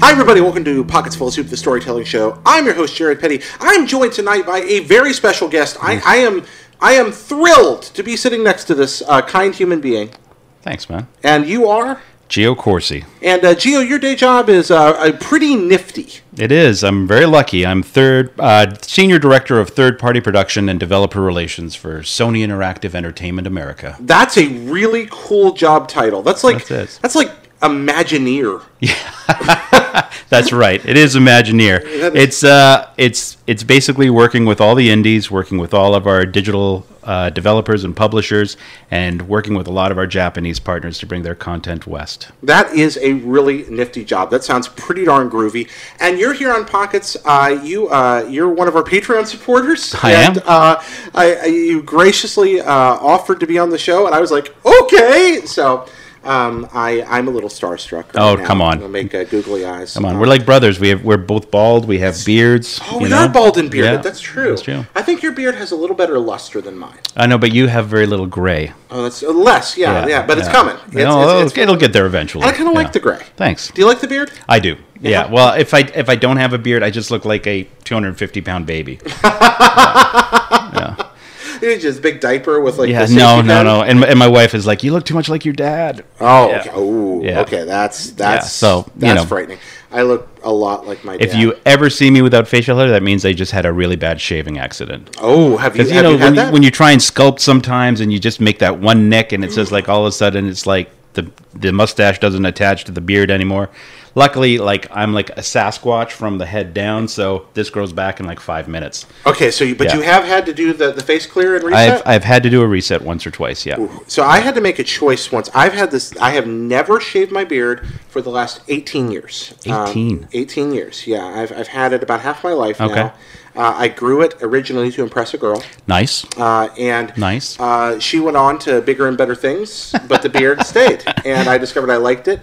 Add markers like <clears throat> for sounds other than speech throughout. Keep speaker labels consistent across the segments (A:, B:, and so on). A: Hi, everybody. Welcome to Pockets Full of Soup, the storytelling show. I'm your host, Jared Petty. I'm joined tonight by a very special guest. I, I am I am thrilled to be sitting next to this uh, kind human being.
B: Thanks, man.
A: And you are?
B: Geo Corsi.
A: And uh, Geo, your day job is uh, uh, pretty nifty.
B: It is. I'm very lucky. I'm third uh, senior director of third party production and developer relations for Sony Interactive Entertainment America.
A: That's a really cool job title. That's like
B: That's it.
A: that's like Imagineer.
B: That's right. It
A: <laughs>
B: is Imagineer. It's uh, it's it's basically working with all the indies, working with all of our digital uh, developers and publishers, and working with a lot of our Japanese partners to bring their content west.
A: That is a really nifty job. That sounds pretty darn groovy. And you're here on Pockets. Uh, you uh, you're one of our Patreon supporters.
B: I am.
A: and, Uh, I, I, you graciously uh, offered to be on the show, and I was like, okay. So um, I I'm a little starstruck. right
B: Oh,
A: now.
B: come on.
A: I make uh, googly eyes.
B: Come on, we're like brothers. We have we're both bald. We have beards.
A: Oh,
B: you
A: we
B: know?
A: are bald and bearded.
B: Yeah,
A: that's true.
B: That's true.
A: I think your beard has a little better luster than mine.
B: I know, but you have very little gray.
A: Oh, that's uh, less. Yeah, yeah. but it's
B: yeah.
A: coming. It's,
B: No, it'll- it'll get there eventually.
A: I kind of
B: Yeah.
A: like the gray.
B: Thanks.
A: Do you like the beard?
B: I do. Yeah. Well, if I if I don't have a beard, I just look like a 250 pound
A: <laughs>
B: baby.
A: It's just big diaper with like.
B: Yeah.
A: the
B: No.
A: safety
B: No.
A: pin.
B: No. And and my wife is like, you look too much like your dad.
A: Oh,
B: Yeah.
A: okay. Ooh,
B: Yeah.
A: okay. That's that's
B: so, you
A: that's
B: know.
A: frightening. I look a lot like my.
B: If
A: dad.
B: you ever see me without facial hair, that means I just had a really bad shaving accident.
A: oh, have you,
B: Because you
A: have
B: know
A: you had
B: when you,
A: that?
B: when you try and sculpt sometimes, and you just make that one nick, and it says like all of a sudden it's like the the mustache doesn't attach to the beard anymore. Luckily, like I'm like a Sasquatch from the head down, so this grows back in like five minutes.
A: okay, so you, but
B: Yeah.
A: you have had to do the, the face clear and
B: I've
A: reset.
B: I've had to do a reset once or twice. Yeah.
A: so I had to make a choice once. I've had this. I have never shaved my beard for the last eighteen years. Um,
B: 18.
A: Eighteen years. Yeah, I've I've had it about half my life
B: Okay.
A: now. Uh, I grew it originally to impress a girl,
B: Nice.
A: uh, and
B: Nice.
A: Uh, she went on to bigger and better things, but the
B: <laughs>
A: beard stayed, and I discovered I liked it,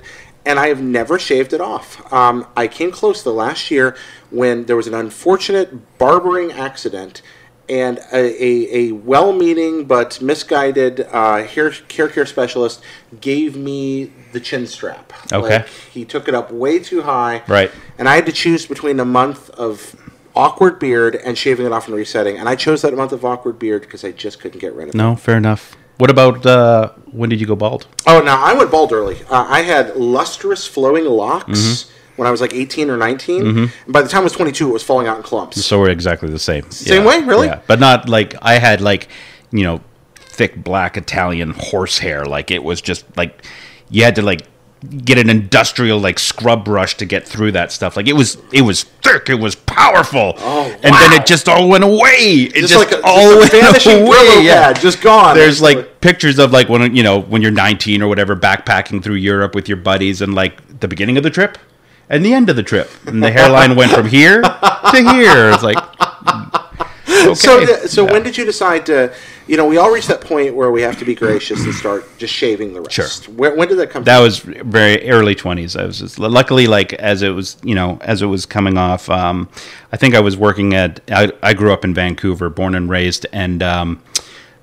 A: and I have never shaved it off. Um, I came close the last year when there was an unfortunate barbering accident, and a, a, a well-meaning but misguided uh, hair hair care specialist gave me the chin strap.
B: Okay.
A: Like, he took it up way too high.
B: Right.
A: And I had to choose between a month of awkward beard and shaving it off and resetting. And I chose that month of awkward beard because I just couldn't get rid of it.
B: No, fair enough. What about uh, when did you go bald?
A: Oh, now I went bald early. Uh, I had lustrous flowing locks
B: Mm-hmm.
A: when I was like 18 or 19. And by the time I was 22, it was falling out in clumps.
B: So we're exactly the same.
A: Same way? Really?
B: But not like I had like, you know, thick black Italian horsehair. Like it was just like you had to like get an industrial like scrub brush to get through that stuff. Like it was it was thick, it was powerful.
A: Oh,
B: And then
A: wow.
B: it just all went away. It just,
A: Just, like a,
B: all
A: just a
B: <laughs> went
A: vanishing
B: away.
A: Brillo
B: Yeah.
A: pad, just gone.
B: There's like pictures of like when you know when you're 19 or whatever, backpacking through Europe with your buddies, and like the beginning of the trip and the end of the trip, and the hairline went from here to here. It's like okay.
A: So, the, so
B: Yeah.
A: when did you decide to? You know, we all reach that point where we have to be gracious and start just shaving the rest.
B: Sure.
A: Where, when did that come?
B: that was very early 20s. I was just, luckily like as it was you know as it was coming off. Um, I think I was working at. I, I grew up in Vancouver, born and raised, and. Um,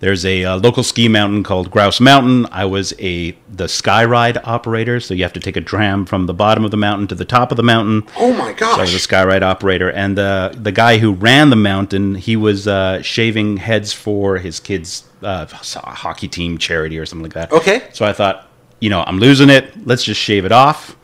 B: there's a uh, local ski mountain called Grouse Mountain. I was a the sky ride operator, so you have to take a tram from the bottom of the mountain to the top of the mountain.
A: Oh my
B: So I was a
A: gosh!
B: skyride operator, and the the guy who ran the mountain, he was uh, shaving heads for his kids' uh, so- hockey team charity or something like that.
A: Okay.
B: So I thought, you know, I'm losing it. Let's just shave it off.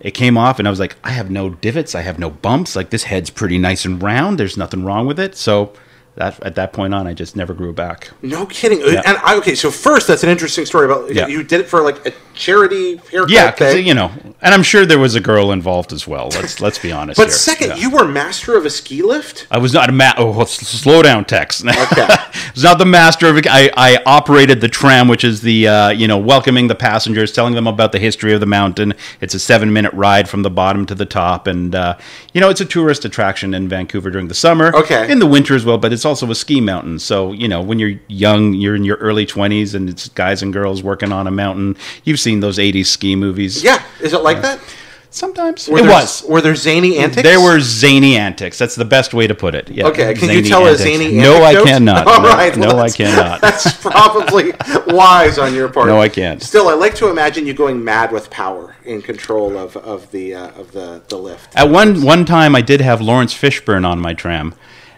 B: It came off, and I was like, I have no divots, I have no bumps. Like this head's pretty nice and round. There's nothing wrong with it. So that at that point on, I just never grew back.
A: No kidding. Uh, And I, okay, so first, that's an interesting story about
B: Yeah.
A: you did it for like a charity haircut
B: Yeah, because
A: thing.
B: you know, and I'm sure there was a girl involved as well. Let's let's be honest.
A: but
B: here.
A: second,
B: Yeah.
A: you were master of a ski lift.
B: I was not a ma- oh, s- slow down, Tex. <laughs>
A: Okay.
B: I was not the master of. I, I operated the tram, which is the uh, you know welcoming the passengers, telling them about the history of the mountain. It's a seven minute ride from the bottom to the top, and uh, you know it's a tourist attraction in Vancouver during the summer.
A: Okay.
B: in the winter as well, but it's also a ski mountain. So you know when you're young, you're in your early twenties, and it's guys and girls working on a mountain. You've seen those '80s ski movies.
A: Yeah, is it like that?
B: Sometimes
A: Were
B: it
A: there,
B: Uh, was.
A: Were there zany antics?
B: There were zany antics. That's the best way to put it. Yeah.
A: Okay, can
B: Zany
A: you tell
B: antics.
A: a zany
B: No, I
A: anecdote? <laughs>
B: cannot.
A: All
B: no,
A: right,
B: no, I
A: let's- <laughs>
B: cannot.
A: That's
B: <laughs>
A: probably wise on your part.
B: No, I can't.
A: Still, I like to imagine you going mad with power and control of, of the uh, of the, the lift.
B: At one one time, I did have Lawrence Fishburne on my tram,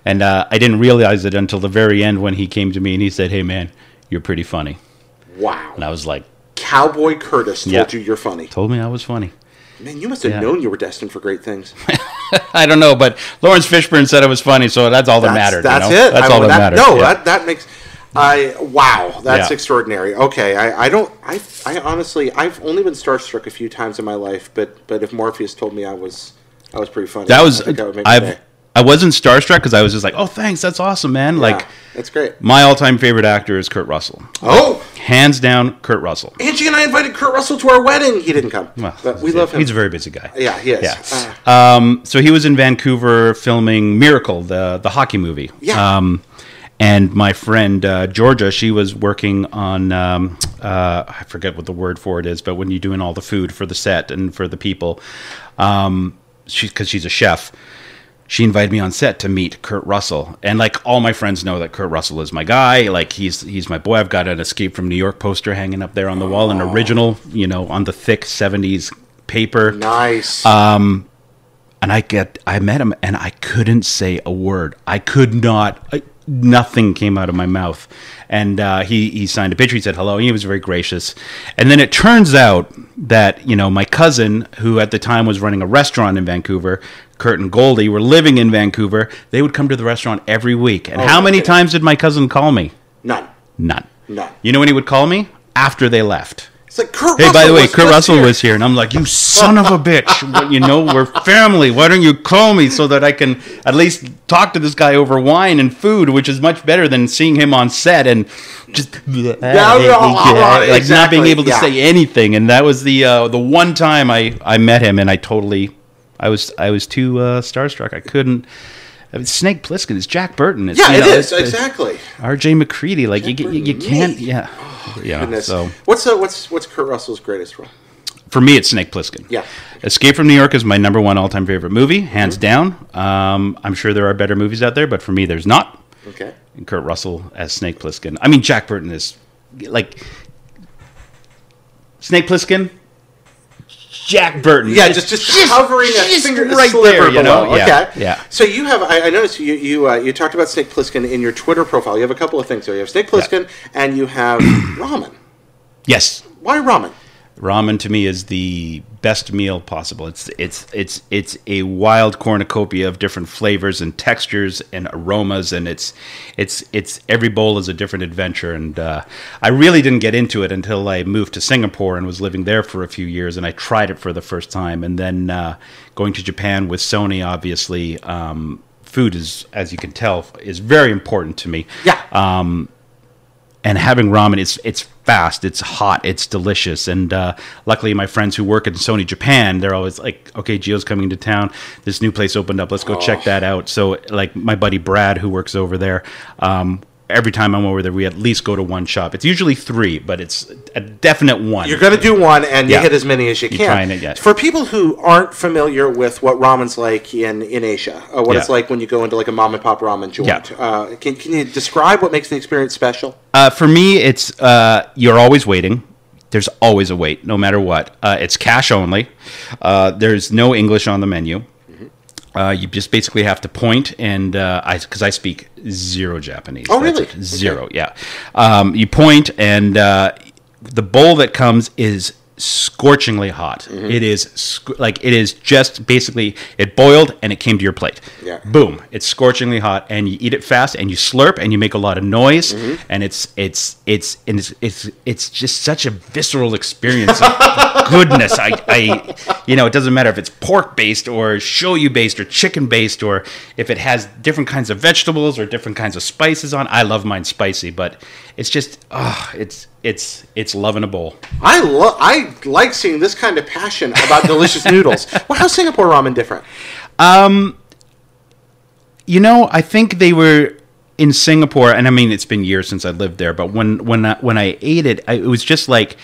B: and uh, I didn't realize it until the very end when he came to me and he said, "Hey, man, you're pretty funny,"
A: Wow.
B: and I was like,
A: Cowboy Curtis told
B: Yeah.
A: you you're funny.
B: "Told me I was funny."
A: Man, you must have
B: Yeah.
A: known you were destined for great things.
B: I don't know, but Lawrence Fishburne said I was funny, so that's all that
A: That's-
B: mattered.
A: That's
B: you know?
A: it.
B: That's
A: I-
B: all that,
A: that-
B: mattered.
A: No,
B: yeah.
A: that that makes. I wow, that's
B: Yeah.
A: extraordinary. Okay, I, I don't. I I honestly, I've only been starstruck a few times in my life, but but if Morpheus told me I was, I was pretty funny.
B: That was
A: I think that would make my day.
B: I've I wasn't starstruck because I was just like, "Oh, thanks, that's awesome, man!" Like
A: Yeah, that's great.
B: my all-time favorite actor is Kurt Russell,
A: Oh,
B: hands down. Kurt Russell.
A: Angie and I invited Kurt Russell to our wedding. He didn't come,
B: Well,
A: but we love him.
B: He's a very busy guy.
A: yeah, he is.
B: Yeah.
A: Uh,
B: Um, so he was in Vancouver filming Miracle, the the hockey movie.
A: Yeah.
B: Um, and my friend uh, Georgia, she was working on um, uh, I forget what the word for it is, but when you're doing all the food for the set and for the people, um, she because she's a chef. She invited me on set to meet Kurt Russell, and like all my friends know that Kurt Russell is my guy. Like he's he's my boy. I've got an Escape from New York poster hanging up there on the wall, an
A: Oh.
B: original, you know, on the thick '70s paper
A: nice.
B: Uh, and I get I met him and I couldn't say a word. I could not. I, nothing came out of my mouth. And uh, he he signed a picture. He said hello. He was very gracious. And then it turns out that you know my cousin, who at the time was running a restaurant in Vancouver, Kurt and Goldie were living in Vancouver. They would come to the restaurant every week. And how
A: my
B: many
A: goodness.
B: times did my cousin call me?
A: None.
B: None.
A: None.
B: You know when he would call me after they left.
A: It's like Kurt.
B: Hey,
A: Russell
B: by the way,
A: was
B: Kurt
A: just
B: Russell
A: here.
B: was here, and I'm like, you son of a bitch! What, you know, we're family. Why don't you call me so that I can at least talk to this guy over wine and food, which is much better than seeing him on set and just <laughs> like not being
A: Exactly,
B: able to
A: yeah.
B: say anything. And that was the uh, the one time I I met him, and I totally, I was I was too uh, starstruck. I couldn't. I mean, Snake Plissken is Jack Burton. It's,
A: Yeah,
B: you
A: it
B: know,
A: is
B: it's-
A: exactly.
B: R.J. McCready. Like you,
A: Jack
B: you, you
A: Burton,
B: can't.
A: me. Oh,
B: Yeah. yeah.
A: Goodness.
B: So
A: What's the, what's what's Kurt Russell's greatest role?
B: for me, it's Snake Plissken.
A: Yeah.
B: Escape from New York is my number one all time favorite movie, hands
A: Mm-hmm.
B: down. Um, I'm sure there are better movies out there, but for me, there's not.
A: Okay.
B: And Kurt Russell as Snake Plissken. I mean, Jack Burton is like Snake Plissken. Jack Burton.
A: Yeah, just just, hovering a
B: just
A: finger
B: right
A: a sliver
B: there, you know?
A: below.
B: Yeah,
A: okay.
B: yeah.
A: So you have I, I noticed you you uh, you talked about Snake Plissken in your Twitter profile. You have a couple of things there. You have Snake Plissken and you have <coughs> ramen.
B: yes.
A: Why ramen?
B: Ramen to me is the best meal possible. It's it's it's it's a wild cornucopia of different flavors and textures and aromas, and it's it's it's every bowl is a different adventure. And uh, I really didn't get into it until I moved to Singapore and was living there for a few years, and I tried it for the first time. And then uh, going to Japan with Sony, obviously, um, food is, as you can tell, is very important to me
A: Yeah.
B: and having ramen it's it's fast it's hot it's delicious and uh, luckily my friends who work in sony japan they're always like okay geo's coming into town this new place opened up let's go check that out so like my buddy brad who works over there um, every time i'm over there we at least go to one shop it's usually three but it's a definite one
A: You're going to do one and
B: Yeah.
A: you hit as many as you can.
B: trying it, yeah.
A: For people who aren't familiar with what ramen's like in, in Asia, uh, what
B: Yeah.
A: it's like when you go into like a mom and pop ramen joint,
B: Yeah.
A: uh, can, can you describe what makes the experience special?
B: Uh, for me, it's uh, you're always waiting. There's always a wait, no matter what. Uh, it's cash only. Uh, there's no English on the menu.
A: Mm-hmm.
B: Uh, you just basically have to point, and uh, I because I speak zero Japanese.
A: Oh,
B: That's
A: really?
B: it. Zero, yeah. Um, you point, and uh, the bowl that comes is scorchingly hot.
A: Mm-hmm.
B: It is sc- like it is just basically it boiled and it came to your plate.
A: Yeah.
B: Boom! It's scorchingly hot, and you eat it fast, and you slurp, and you make a lot of noise, and it's it's it's and it's it's it's just such a visceral experience. of goodness, I, I you know it doesn't matter if it's pork based or shoyu based or chicken based or if it has different kinds of vegetables or different kinds of spices on. I love mine spicy, but it's just ah, it's it's it's love in a bowl.
A: I love I like seeing this kind of passion about
B: <laughs>
A: delicious noodles. Well, how's Singapore ramen different?
B: You know, I think they were in Singapore, and I mean it's been years since I lived there, but when when I, when I ate it, I, it was just like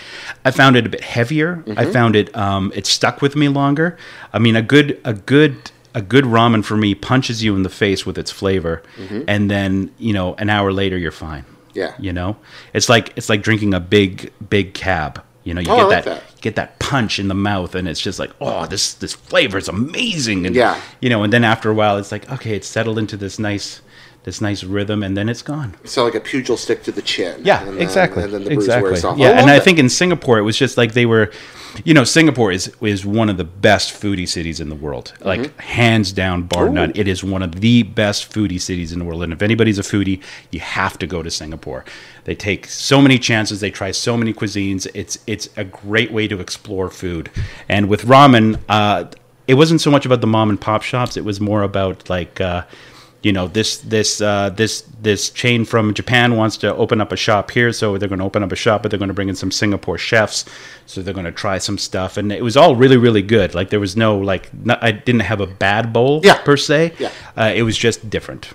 B: I found it a bit heavier.
A: Mm-hmm.
B: I found it um, it stuck with me longer. I mean a good a good a good ramen for me punches you in the face with its flavor, and then you know an hour later you're fine.
A: Mm-hmm. Yeah.
B: you know it's like it's like drinking a big big cab. You know you
A: Oh, I
B: get
A: like
B: that,
A: that.
B: you get that punch in the mouth, and it's just like oh this this flavor is amazing. And
A: Yeah.
B: you know, and then after a while, it's like okay, it's settled into this nice this nice rhythm, and then it's gone.
A: So like a pugil stick to the chin.
B: Yeah,
A: and then-
B: exactly.
A: And then the bruise
B: exactly.
A: wears off.
B: Yeah,
A: love
B: and I
A: that.
B: think in Singapore it was just like they were, you know, Singapore is is one of the best foodie cities in the world.
A: Mm-hmm.
B: Like hands down, bar none. It is one of the best foodie cities in the world. And if anybody's a foodie, you have to go to Singapore. They take so many chances. They try so many cuisines. It's it's a great way to explore food. And with ramen, uh, it wasn't so much about the mom and pop shops. It was more about like. Uh, you know this this uh, this this chain from Japan wants to open up a shop here, so they're going to open up a shop, but they're going to bring in some Singapore chefs, so they're going to try some stuff, and it was all really really good. Like there was no like no, I didn't have a bad bowl
A: Yeah.
B: per se.
A: Yeah.
B: Uh, it was just different.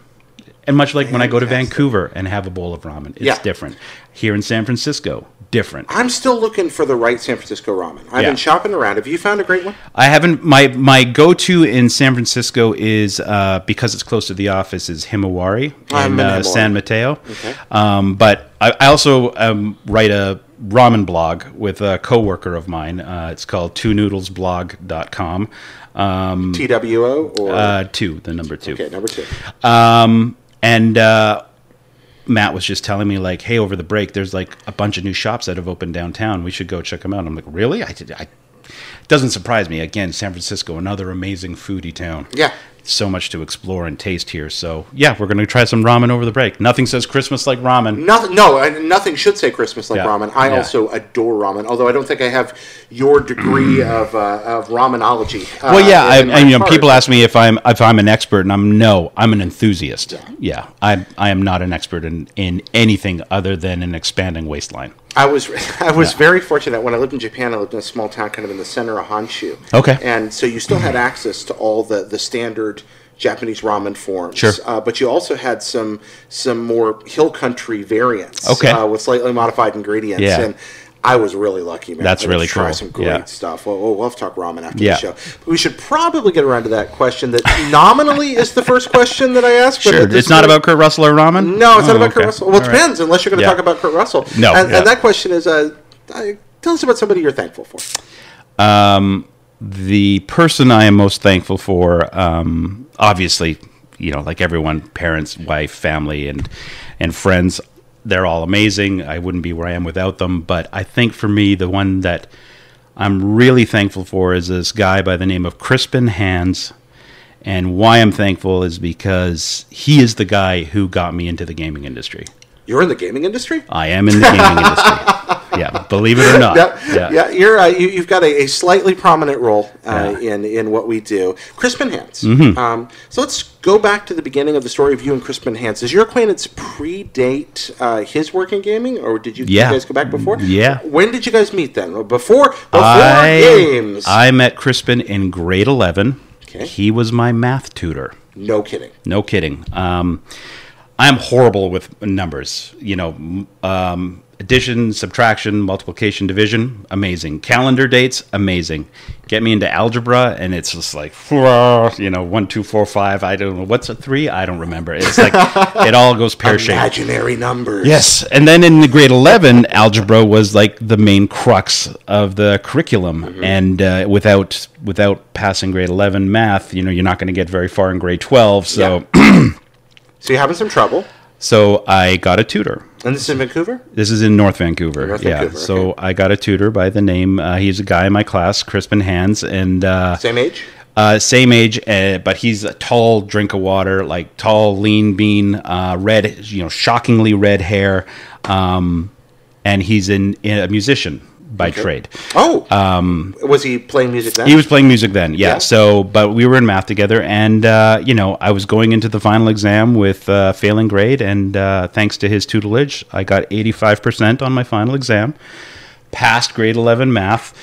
B: And much like when I go to Vancouver and have a bowl of ramen, it's
A: Yeah.
B: different. Here in San Francisco, different.
A: I'm still looking for the right San Francisco ramen. I've
B: Yeah.
A: been shopping around. Have you found a great one?
B: I haven't. My my go to in San Francisco is uh, because it's close to the office is Himawari
A: I'm
B: in
A: in
B: uh,
A: Himawari.
B: San Mateo. Um, but I, I also um, write a ramen blog with a coworker of mine. Uh, it's called two noodlesblog.com. Um,
A: TWO or
B: uh, two, the number two.
A: okay, number two.
B: And uh, Matt was just telling me like, hey, over the break, there's like a bunch of new shops that have opened downtown. We should go check them out. I'm like, really? I, did- I doesn't surprise me. Again, San Francisco, another amazing foodie town.
A: Yeah.
B: So much to explore and taste here. So yeah, we're gonna try some ramen over the break. Nothing says Christmas like ramen.
A: Nothing. No, I- nothing should say Christmas like
B: Yeah.
A: ramen. I
B: Yeah.
A: also adore ramen, although I don't think I have your
B: <clears throat>
A: degree of uh, of ramenology. Uh,
B: Well, yeah,
A: in my
B: I, I, you know,
A: heart.
B: people ask me if I'm if I'm an expert, and I'm no, I'm an enthusiast. Yeah, I I am not an expert in in anything other than an expanding waistline.
A: I was <laughs> I was very fortunate when I lived in Japan. I lived in a small town, kind of in the center of Honshu.
B: Okay.
A: and so you still had access to all the the standard Japanese ramen forms.
B: Sure.
A: uh, but you also had some some more hill country variants.
B: Okay.
A: uh, with slightly modified ingredients.
B: Yeah.
A: and I was really lucky, man.
B: That's
A: I got to
B: really
A: try
B: cool.
A: some great
B: Yeah.
A: stuff. Well, well, we'll have to talk ramen after
B: Yeah.
A: the show. But we should probably get around to that question that <laughs> nominally is the first question that I asked. but at this
B: it's not
A: point-
B: about Kurt Russell or ramen.
A: no, it's not
B: Oh,
A: about Kurt
B: okay.
A: Russell. Well, it
B: All right.
A: depends, unless you're going to
B: Yeah.
A: talk about Kurt Russell.
B: No,
A: And,
B: yeah.
A: and that question is uh, uh, tell us about somebody you're thankful for.
B: the person I am most thankful for, um, obviously, you know, like everyone, parents, wife, family, and and friends, they're all amazing. I wouldn't be where I am without them. But I think for me, the one that I'm really thankful for is this guy by the name of Crispin Hands. And why I'm thankful is because he is the guy who got me into the gaming industry.
A: You're in the gaming industry?
B: I am in the gaming industry. Yeah, believe it or not.
A: yeah. yeah, you're uh, you, you've got a, a slightly prominent role uh,
B: Yeah.
A: in
B: Mm-hmm.
A: in what we do. Crispin Hans. Um, so let's go back to the beginning of the story of you and Crispin Hans. Does your acquaintance predate uh, his work in gaming, or did you, you
B: Yeah.
A: guys go back before?
B: Yeah.
A: When did you guys meet then? Before before
B: I,
A: games?
B: I met Crispin in grade 11.
A: Okay.
B: He was my math tutor.
A: no kidding.
B: No kidding. Um, I'm horrible with numbers. You know, m- um, addition, subtraction, multiplication, division, amazing. Calendar dates, amazing. Get me into algebra, and it's just like, you know, one, two, four, five. I don't know. What's a three? I don't remember. It's
A: <laughs>
B: like, it all goes pear shaped.
A: Imaginary numbers.
B: Yes, and then in the grade eleven, algebra was like the main crux of the curriculum,
A: Mm-hmm.
B: and uh, without without passing grade eleven math, you know, you're not going to get very far in grade twelve. So,
A: So you're having some trouble,
B: <clears throat> so I got a tutor.
A: and this is in Vancouver.
B: This is in North Vancouver.
A: North
B: yeah,
A: Vancouver,
B: so I got a tutor by the name. Uh, he's a guy in my class, Crispin Hands, and uh,
A: Same age?
B: Uh, same age, uh, but he's a tall drink of water, like tall, lean bean, uh, red, you know, shockingly red hair. Um, and he's in, in a musician by trade.
A: Oh. Um, was he playing music then?
B: He was playing music then, yeah.
A: Yeah.
B: So, but we were in math together, and uh, you know, I was going into the final exam with uh, failing grade, and uh, thanks to his tutelage, I got eighty-five percent on my final exam, passed grade eleven math,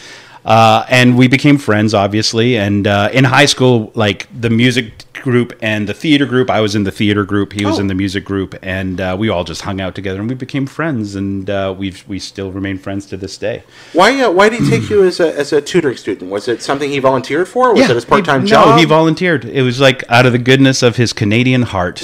B: uh, and we became friends, obviously. And uh, in high school, like the music group and the theater group. I was in the theater group. He
A: Oh.
B: was in the music group, and uh, we all just hung out together and we became friends. And uh, we've we still remain friends to this day.
A: Why? Uh, why did he take you as a as a tutoring student? Was it something he volunteered for? Was it his
B: he-
A: part time
B: no,
A: job?
B: he volunteered. It was like out of the goodness of his Canadian
A: <laughs>
B: heart,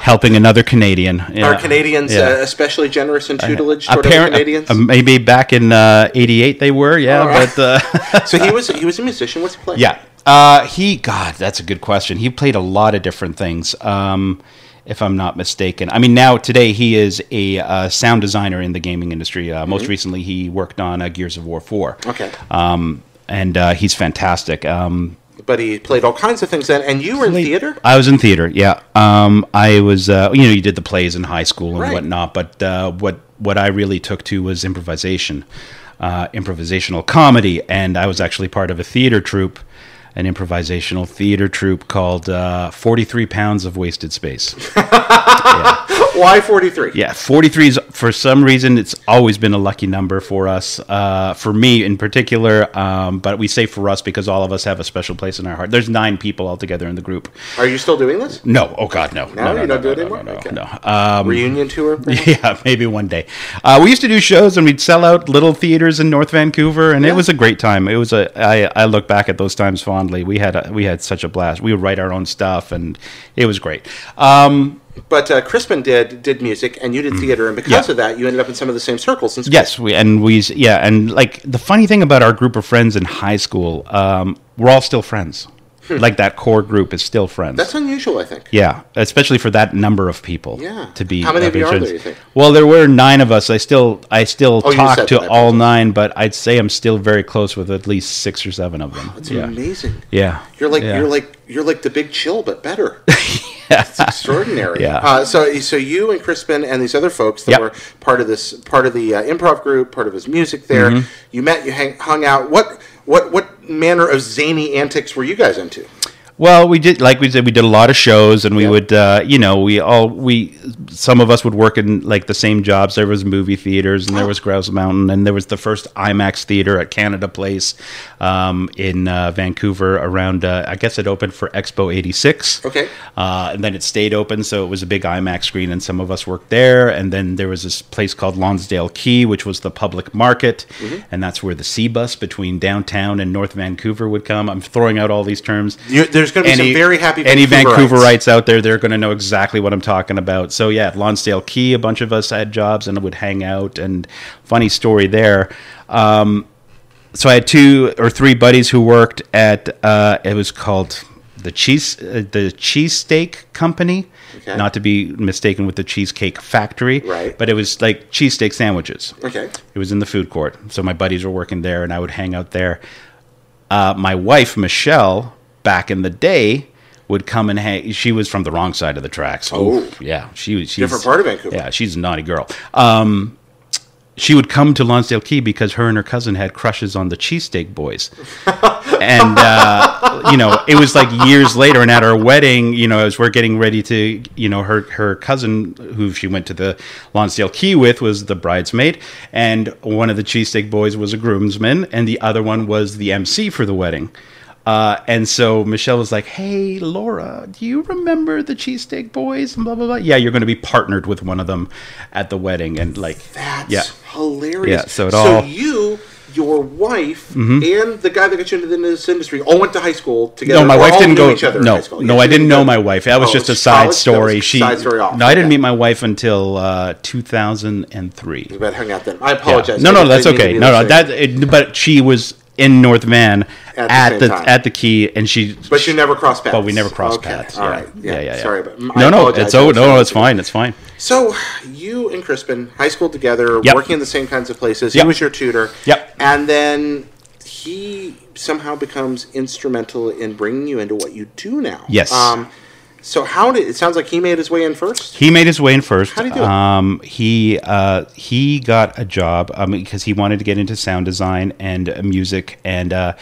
B: helping another Canadian.
A: Are
B: Yeah.
A: Canadians
B: Yeah.
A: uh, especially generous in tutelage toward other
B: Apparent-
A: Canadians?
B: uh, maybe back in uh, '88 they were, yeah.
A: All right.
B: But uh, <laughs>
A: so he was he was a musician. What's he playing?
B: Yeah. Uh, he, God, that's a good question. He played a lot of different things, um, if I'm not mistaken. I mean, now, today, he is a uh, sound designer in the gaming industry. Uh, Most recently, he worked on uh, Gears of War 4.
A: Mm-hmm. Okay.
B: Um, and uh, he's fantastic. Um,
A: But he played all kinds of things then. And you were in theater? <gasps>
B: I was in theater, yeah. Um, I was, uh, you know, you did the plays in high school and
A: Right.
B: whatnot, but uh, what what I really took to was improvisation, uh, improvisational comedy, and I was actually part of a theater troupe, an improvisational theater troupe called uh, Forty Three Pounds of Wasted Space.
A: <laughs> Why 43?
B: Yeah, 43 is for some reason it's always been a lucky number for us, uh, for me in particular. Um, but we say for us because all of us have a special place in our heart. There's nine people altogether in the group.
A: Are you still doing this?
B: No. Oh God, no.
A: No, you don't do it
B: no,
A: anymore?
B: No, no,
A: Okay.
B: no. Um,
A: Reunion tour?
B: <laughs> yeah, maybe one day. Uh, we used to do shows and we'd sell out little theaters in North Vancouver, and it was a great time. It was a. I, I look back at those times fondly. We had a, we had such a blast. We would write our own stuff, and it was great. Um,
A: But uh, Crispin did did music, and you did theater, and because of that, you ended up in some of the same circles. In school.
B: Mm. Yes, we and we yeah, and like the funny thing about our group of friends in high school, um, we're all still friends. Like that core group is still friends.
A: Hmm. that's unusual, I think.
B: yeah, especially for that number of people.
A: Yeah.
B: To be
A: How many of you are
B: friends.
A: there, you think?
B: Well, there were nine of us. I still I still
A: Oh, you
B: talk
A: said
B: to
A: that,
B: all nine, but I'd say I'm still very close with at least six or seven of them.
A: It's
B: yeah.
A: amazing.
B: Yeah.
A: You're like
B: Yeah.
A: you're like you're like the big chill, but
B: <laughs>
A: better. It's extraordinary.
B: Yeah.
A: Uh, so so you and Crispin and these other folks that
B: Yep.
A: were part of this part of the uh, improv group, part of his music there.
B: Mm-hmm.
A: You met, you hang, hung out. What what what manner of zany antics were you guys into?
B: Well, we did, like we said, we did a lot of shows, and we would, uh, you know, we all we some of us would work in like the same jobs. There was movie theaters, and there was Grouse Mountain, and there was the first IMAX theater at Canada Place um, in uh, Vancouver. Around, uh, I guess it opened for Expo '86.
A: Okay.
B: Uh, and then it stayed open, so it was a big IMAX screen, and some of us worked there. And then there was this place called Lonsdale Key, which was the public market, and that's where the C bus between downtown and North Vancouver would come. I'm throwing out all these terms.
A: You, there's going to be some very happy
B: any
A: Vancouverites.
B: Vancouverites out there, they're going to know exactly what I'm talking about. So yeah, at Lonsdale Key, a bunch of us had jobs and would hang out. And funny story there. Um, so I had two or three buddies who worked at uh, it was called the cheese uh, the cheesesteak company,
A: Okay.
B: not to be mistaken with the cheesecake factory.
A: Right.
B: But it was like cheesesteak sandwiches.
A: Okay.
B: It was in the food court. So my buddies were working there and I would hang out there. Uh, my wife, Michelle, back in the day, would come and hang. She was from the wrong side of the tracks.
A: Oh.
B: yeah. She was. She's,
A: Different part of Vancouver.
B: Yeah, she's a naughty girl. Um, she would come to Lonsdale Key because her and her cousin had crushes on the cheesesteak boys. and, uh, you know, it was like years later. And at our wedding, you know, as we're getting ready to, you know, her, her cousin, who she went to the Lonsdale Key with, was the bridesmaid. And one of the cheesesteak boys was a groomsman, and the other one was the MC for the wedding. Uh, and so Michelle was like, "Hey, Laura, do you remember the Cheesesteak Boys?" And blah blah blah. Yeah, you're going to be partnered with one of them at the wedding, and like,
A: That's
B: yeah,
A: hilarious.
B: Yeah, so it all- Mm-hmm.
A: you, your wife, and the guy that got you into this industry all went to high school together.
B: No, my
A: or
B: wife
A: all
B: didn't
A: knew
B: go.
A: Each other in
B: no,
A: high school.
B: no,
A: You
B: I didn't know my
A: go-
B: wife. That was
A: Oh,
B: just
A: it
B: a
A: was
B: side
A: college? That
B: story.
A: was
B: she
A: side story off.
B: No, I didn't
A: Okay.
B: meet my wife until uh, 2003.
A: You better hang out then. I
B: Yeah.
A: apologize.
B: No,
A: I
B: no,
A: didn't
B: that's
A: mean to
B: okay.
A: be
B: No, no,
A: listening.
B: that. It, but she was in North Van
A: At
B: at
A: the same
B: the
A: time.
B: at the key, and she.
A: But you never crossed paths.
B: But we never crossed
A: Okay,
B: paths.
A: All
B: yeah.
A: right. Yeah.
B: yeah, yeah,
A: Sorry, but m- I
B: no, no,
A: apologize.
B: it's
A: I
B: oh
A: was
B: no, no, it's
A: trying
B: fine, it's fine.
A: So you and Crispin, high school together,
B: Yep.
A: working in the same kinds of places.
B: Yep.
A: He was your tutor.
B: Yep.
A: And then he somehow becomes instrumental in bringing you into what you do now. Um,
B: Yes.
A: so how did it sounds like he made his way in first?
B: He made his way in first.
A: How'd he do it?
B: Um, he uh, he got a job um, because he wanted to get into sound design and uh, music, and uh,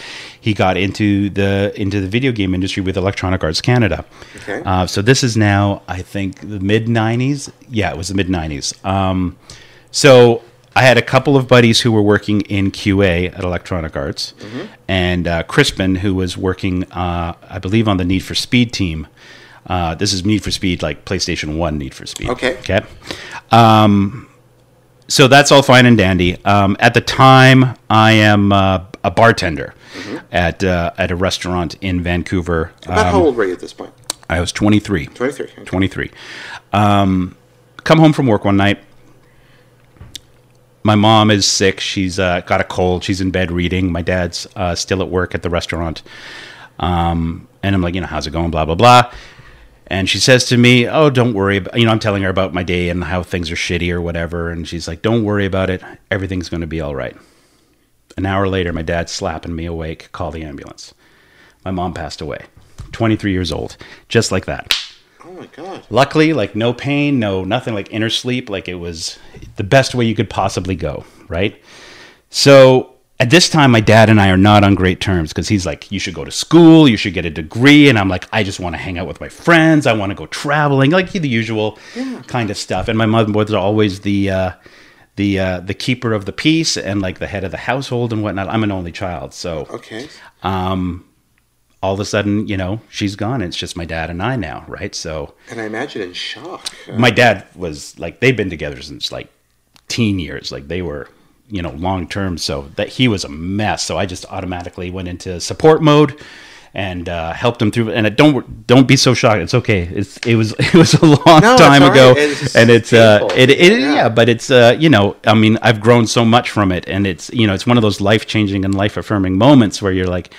B: he got into the into the video game industry with Electronic Arts Canada.
A: Okay.
B: Uh, so this is now, I think, the mid '90s. Yeah, it was the mid '90s. Um, so I had a couple of buddies who were working in QA at Electronic Arts,
A: Mm-hmm.
B: and uh, Crispin, who was working, uh, I believe, on the Need for Speed team. Uh, this is Need for Speed, like PlayStation One Need for Speed.
A: Okay.
B: Okay. Um, so that's all fine and dandy. Um, at the time, I am uh, a bartender at uh, at a restaurant in Vancouver.
A: Mm-hmm. About
B: Um,
A: how old were you at this point?
B: I was 23.
A: 23. okay.
B: 23. Um, come home from work one night. My mom is sick. She's uh, got a cold. She's in bed reading. My dad's uh, still at work at the restaurant. Um, and I'm like, you know, how's it going? Blah, blah, blah. And she says to me, Oh, don't worry. About, you know, I'm telling her about my day and how things are shitty or whatever. And she's like, Don't worry about it. Everything's going to be all right. An hour later, my dad's slapping me awake. Call the ambulance. My mom passed away, 23 years old, just like that
A: Oh my god.
B: luckily like no pain no nothing like inner sleep like it was the best way you could possibly go right so at this time my dad and i are not on great terms because he's like you should go to school you should get a degree and i'm like i just want to hang out with my friends i want to go traveling like the usual kind of stuff and my mother was always the uh, the uh, the keeper of the peace and like the head of the household and whatnot i'm an only child so um,
A: Okay.
B: all of a sudden you know she's gone and it's just my dad and i now right so
A: And I imagine in shock.
B: my dad was like they've been together since like teen years like they were you know long term so that he was a mess so i just automatically went into support mode and uh, helped him through and it don't don't be so shocked it's okay it's it was <laughs> it was a long
A: No, it's
B: time
A: all
B: ago
A: right. It's
B: and it's uh
A: painful.
B: it, it yeah.
A: Yeah.
B: but it's uh you know i mean i've grown so much from it and it's you know it's one of those life changing and life affirming moments where you're like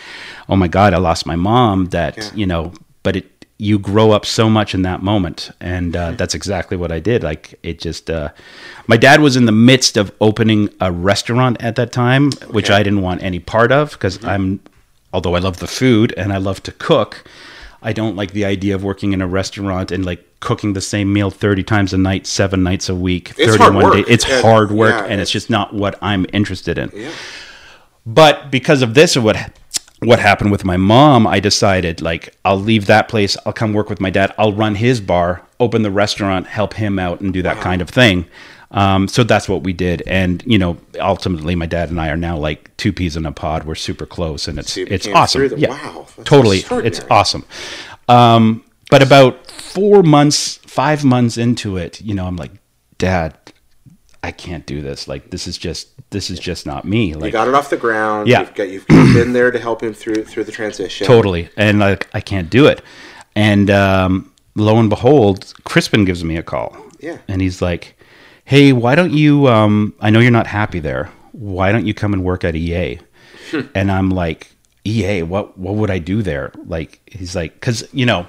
B: oh my god i lost my mom that you know but it you grow up so much in that moment and uh, that's exactly what i did like it just uh, my dad was in the midst of opening a restaurant at that time which i didn't want any part of because
A: Mm-hmm.
B: i'm although i love the food and i love to cook i don't like the idea of working in a restaurant and like cooking the same meal 30 times a night seven nights a week
A: It's hard work.
B: it's
A: And-
B: hard work
A: yeah,
B: and it's
A: it's-
B: just not what i'm interested in
A: Yeah.
B: but because of this what what happened with my mom i decided like i'll leave that place i'll come work with my dad i'll run his bar open the restaurant help him out and do that kind of thing um, so that's what we did and you know ultimately my dad and i are now like two peas in a pod we're super close and it's
A: you
B: it's
A: came
B: awesome
A: through them.
B: yeah
A: Wow, that's
B: totally it's
A: extraordinary.
B: awesome um, but about four months five months into it you know i'm like dad i can't do this like this is just this is just not me like
A: You got it off the ground.
B: Yeah.
A: You've got you've been there to help him through through the transition.
B: totally and like i can't do it and um, lo and behold crispin gives me a call
A: Yeah.
B: and he's like hey why don't you um, i know you're not happy there why don't you come and work at ea and i'm like ea what what would i do there like he's like because you know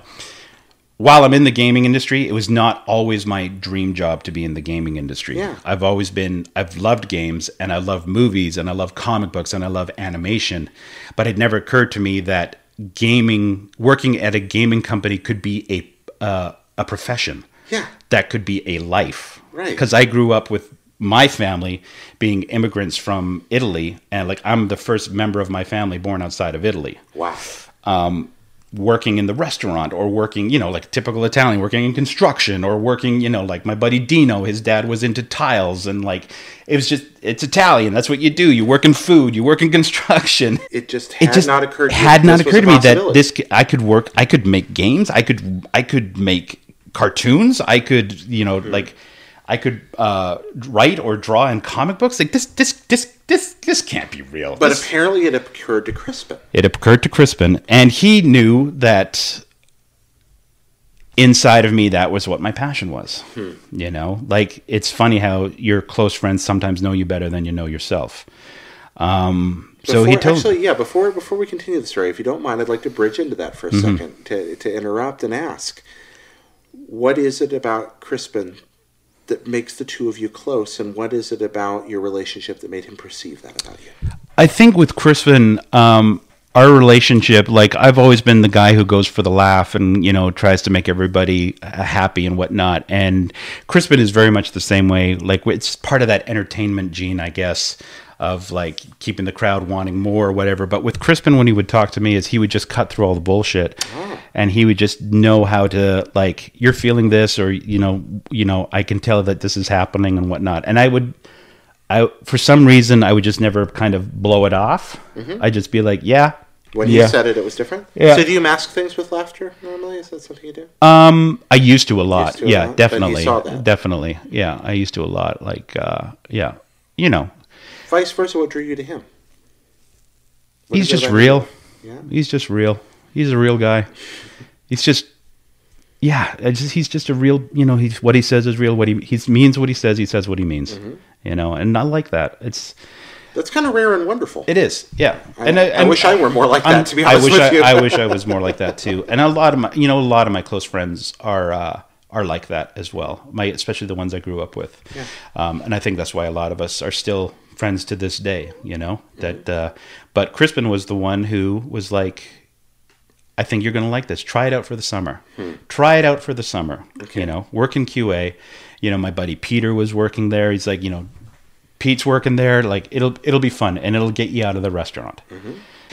B: while I'm in the gaming industry, it was not always my dream job to be in the gaming industry.
A: Yeah.
B: I've always been, I've loved games and I love movies and I love comic books and I love animation, but it never occurred to me that gaming, working at a gaming company could be a, uh, a profession
A: Yeah.
B: that could be a life.
A: Right.
B: Because I grew up with my family being immigrants from Italy and like I'm the first member of my family born outside of Italy
A: Wow.
B: working in the restaurant or working, you know, like typical Italian, working in construction or working, you know, like my buddy Dino, his dad was into tiles and like it was just it's Italian. That's what you do. You work in food, you work in <laughs> construction.
A: It just had
B: It just
A: not occurred. to you
B: had
A: that
B: not
A: this was
B: occurred
A: a
B: to me that
A: possibility.
B: this c- I could work, I could make games, I could I could make cartoons, I could, you
A: Mm-hmm.
B: know, like I could uh, write or draw in comic books. Like this this this this this can't be real.
A: But
B: This-
A: apparently, it occurred to Crispin.
B: it occurred to Crispin, and he knew that inside of me that was what my passion was.
A: Hmm.
B: You know, like it's funny how your close friends sometimes know you better than you know yourself. Um, so he
A: Before-
B: told
A: Actually, yeah. Before before we continue the story, if you don't mind, I'd like to bridge into that for a
B: Mm-hmm.
A: second to to interrupt and ask, what is it about Crispin that makes the two of you close, and what is it about your relationship that made him perceive that about you?
B: I think with Crispin, um, our relationship, like I've always been the guy who goes for the laugh and you know tries to make everybody uh, happy and whatnot. And Crispin is very much the same way. Like it's part of that entertainment gene, I guess, of like keeping the crowd wanting more or whatever. But with Crispin, when he would talk to me, is he would just cut through all the bullshit, and he would just know how to like you're feeling this, or you know, you know, I can tell that this is happening and whatnot. And I would. I for some reason I would just never kind of blow it off.
A: Mm-hmm.
B: I'd just be like, yeah.
A: When
B: yeah.
A: you said it, it was different.
B: Yeah.
A: So do you mask things with laughter normally? Is that something you do?
B: Um, I used to a lot.
A: Used to a
B: yeah,
A: lot, but you
B: definitely,
A: saw that.
B: definitely. Yeah, I used to a lot. Like, uh, yeah, you know,
A: Vice versa, what drew you to him? What
B: he's
A: did you
B: just
A: like?
B: real.
A: Yeah.
B: He's just real. He's a real guy. He's just, yeah. I just, he's just a real. You know, he's what he says is real. What he he means what he says. He says what he means.
A: Mm-hmm.
B: You know, and I like that. It's
A: That's kind of rare and wonderful.
B: It is, yeah.
A: I- I wish I were more like that, to be
B: I
A: honest
B: wish
A: with
B: I,
A: you.
B: I wish I was more like that too. And a lot of my, you know, a lot of my close friends are uh, are like that as well. My, especially the ones I grew up with. Um, and I think that's why a lot of us are still friends to this day. You know that.
A: Mm-hmm.
B: Uh, but Crispin was the one who was like, I think you're going to like this. Try it out for the summer.
A: Hmm.
B: Try it out for the summer. You know, work in QA. You know, my buddy Peter was working there. He's like, you know, Pete's working there. Like, it'll it'll be fun and it'll get you out of the restaurant.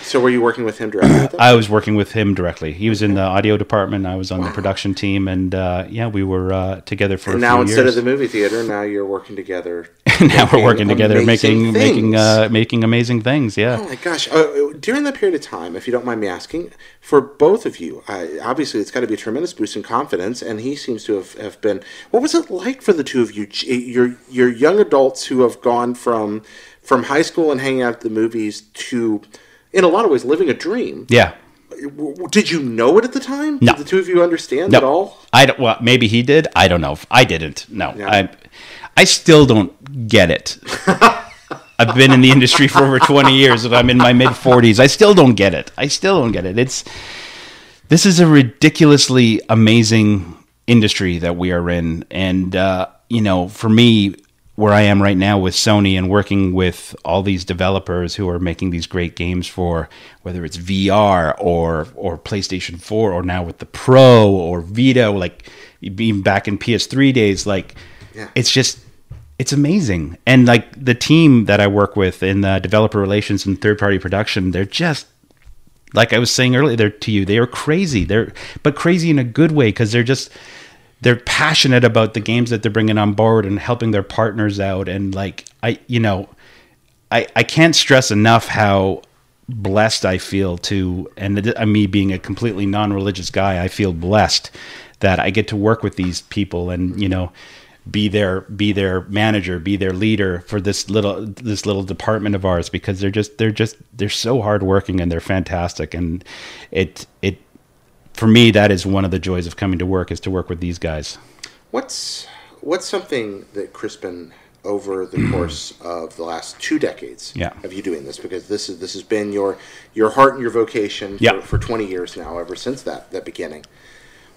A: So were you working with him directly?
B: <clears throat>
A: then?
B: I was working with him directly. He was in the audio department. I was on the production team, and uh, yeah, we were uh, together for a
A: and now
B: few
A: instead
B: years.
A: of the movie theater, now you're working together.
B: <laughs> now we're
A: making
B: working together, making
A: amazing
B: making
A: things.
B: uh, making amazing things. Yeah.
A: Oh my gosh! Uh, during that period of time, if you don't mind me asking, for both of you, uh, obviously it's got to be a tremendous boost in confidence, and he seems to have, have been. What was it like for the two of you, ch- your your young adults who have gone from from high school and hanging out at the movies to, in a lot of ways, living a dream?
B: Yeah.
A: W- w- Did you know it at the time?
B: No.
A: Did the two of you understand at all?
B: I don't. Well, maybe he did. I don't know. I didn't. No.
A: Yeah.
B: I. I still don't get
A: <laughs>
B: it. I've been in the industry for over 20 years and I'm in my mid 40s. I still don't get it. I still don't get it. It's this is a ridiculously amazing industry that we are in and uh, you know, for me where I am right now with Sony and working with all these developers who are making these great games for whether it's VR or or PlayStation 4 or now with the Pro or Vita like being back in PS3 days like
A: Yeah.
B: it's just it's amazing. And like the team that I work with in uh, developer relations and third party production, they're just like I was saying earlier they're, to you, they are crazy. They're but crazy in a good way because they're just they're passionate about the games that they're bringing on board and helping their partners out. And like I, you know, I I can't stress enough how blessed I feel to, and th- uh, me being a completely non-religious guy, I feel blessed that I get to work with these people and you know be their be their manager be their leader for this little this little department of ours because they're just they're just they're so hardworking and they're fantastic and it it for me that is one of the joys of coming to work is to work with these guys
A: What's what's something that Crispin over the course of the last two decades
B: Mm-hmm. Yeah.
A: of you doing this because this is this has been your your heart and your vocation for,
B: Yeah.
A: for 20 years now ever since that that beginning.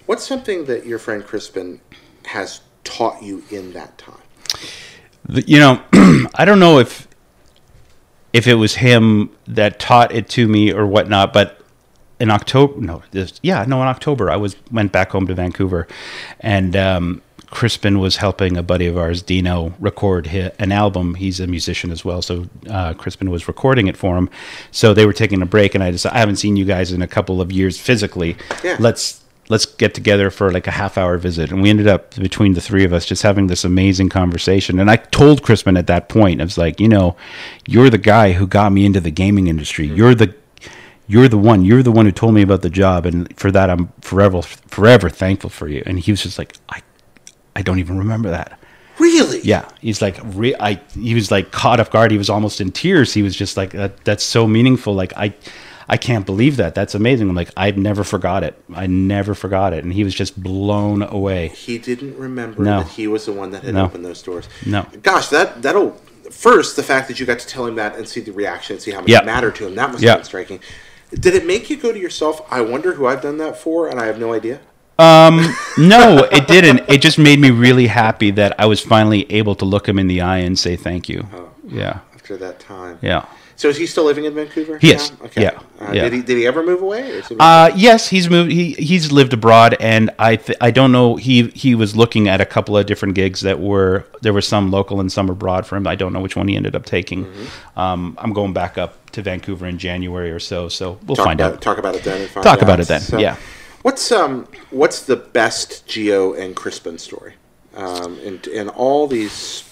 A: What's something that your friend Crispin has taught you in that time?
B: the- you know <clears throat> i don't know if if it was him that taught it to me or whatnot but in october no this, yeah no in october i was went back home to vancouver and um crispin was helping a buddy of ours dino record hi an album he's a musician as well so uh, crispin was recording it for him so they were taking a break and i just i haven't seen you guys in a couple of years physically
A: Yeah.
B: let's let's get together for like a half hour visit and we ended up between the three of us just having this amazing conversation and i told crispin at that point i was like you know you're the guy who got me into the gaming industry you're the you're the one you're the one who told me about the job and for that i'm forever forever thankful for you and he was just like i i don't even remember that
A: Really?
B: yeah, he's like, re- I. He was like caught off guard. He was almost in tears. He was just like, that, "That's so meaningful. Like I, I can't believe that. That's amazing." I'm like, I never forgot it. I never forgot it. And he was just blown away.
A: He didn't remember
B: No.
A: that he was the one that had
B: No.
A: opened those doors.
B: No.
A: Gosh, that that'll first the fact that you got to tell him that and see the reaction and see how much
B: Yeah.
A: it mattered to him. That must
B: Yeah.
A: have been striking. Did it make you go to yourself? I wonder who I've done that for, and I have no idea.
B: Um, <laughs> No, it didn't. It just made me really happy that I was finally able to look him in the eye and say thank you. Yeah,
A: After that time,
B: yeah.
A: So is he still living in Vancouver?
B: He is.
A: now? Okay.
B: Yeah.
A: Uh,
B: Yeah.
A: Did he Did he ever move away? Or is he-
B: Uh, yes, he's moved. He he's lived abroad, and I th- I don't know. He he was looking at a couple of different gigs that were there were some local and some abroad for him. I don't know which one he ended up taking.
A: Mm-hmm.
B: Um, I'm going back up to Vancouver in January or so, so we'll
A: talk
B: find
A: about,
B: out.
A: Talk about it then. And find
B: Talk
A: out.
B: about it then, yeah.
A: What's um What's the best Geo and Crispin story? Um, in in all these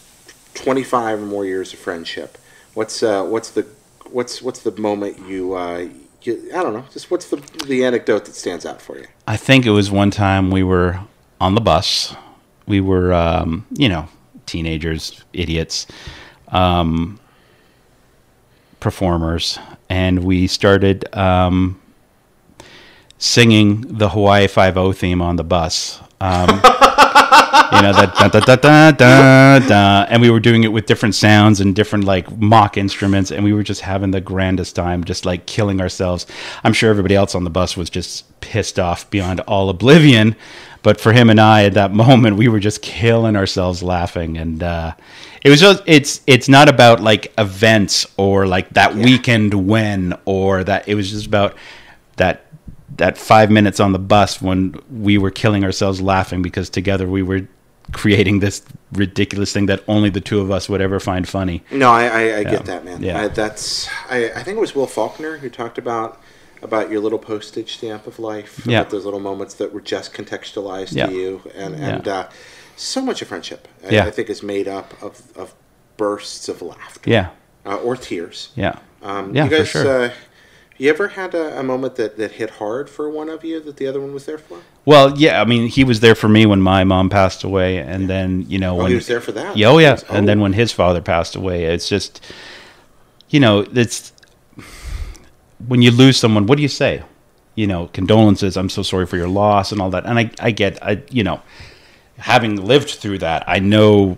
A: 25 or more years of friendship. What's uh, what's the what's what's the moment you, uh, you I don't know, just what's the the anecdote that stands out for you?
B: I think it was one time we were on the bus. We were, um, you know, teenagers, idiots, um, performers, and we started um, singing the Hawaii Five O theme on the bus. Um, you know that da, da, da, da, da, da. and we were doing it with different sounds and different like mock instruments and we were just having the grandest time just like killing ourselves i'm sure everybody else on the bus was just pissed off beyond all oblivion but for him and i at that moment we were just killing ourselves laughing and uh, it was just it's it's not about like events or like that weekend when or that it was just about that that five minutes on the bus when we were killing ourselves laughing because together we were creating this ridiculous thing that only the two of us would ever find funny.
A: No, I, I, I get that, man.
B: Yeah.
A: I, that's I, I think it was Will Faulkner who talked about about your little postage stamp of life,
B: Yeah.
A: about those little moments that were just contextualized
B: Yeah.
A: to you, and and uh, so much of friendship, I,
B: Yeah.
A: I think, is made up of, of bursts of laughter
B: Yeah,
A: uh, or tears.
B: yeah,
A: Um,
B: yeah,
A: you guys,
B: for sure.
A: uh, you ever had a, a moment that, that hit hard for one of you that the other one was there for?
B: well, yeah. I mean, he was there for me when my mom passed away, and then you know
A: Oh,
B: when
A: he was there for that.
B: Yeah, oh yeah.
A: He was-
B: And then
A: oh.
B: when his father passed away, it's just you know, it's when you lose someone, what do you say? You know, condolences, I'm so sorry for your loss and all that. And I, I get I you know, having lived through that, I know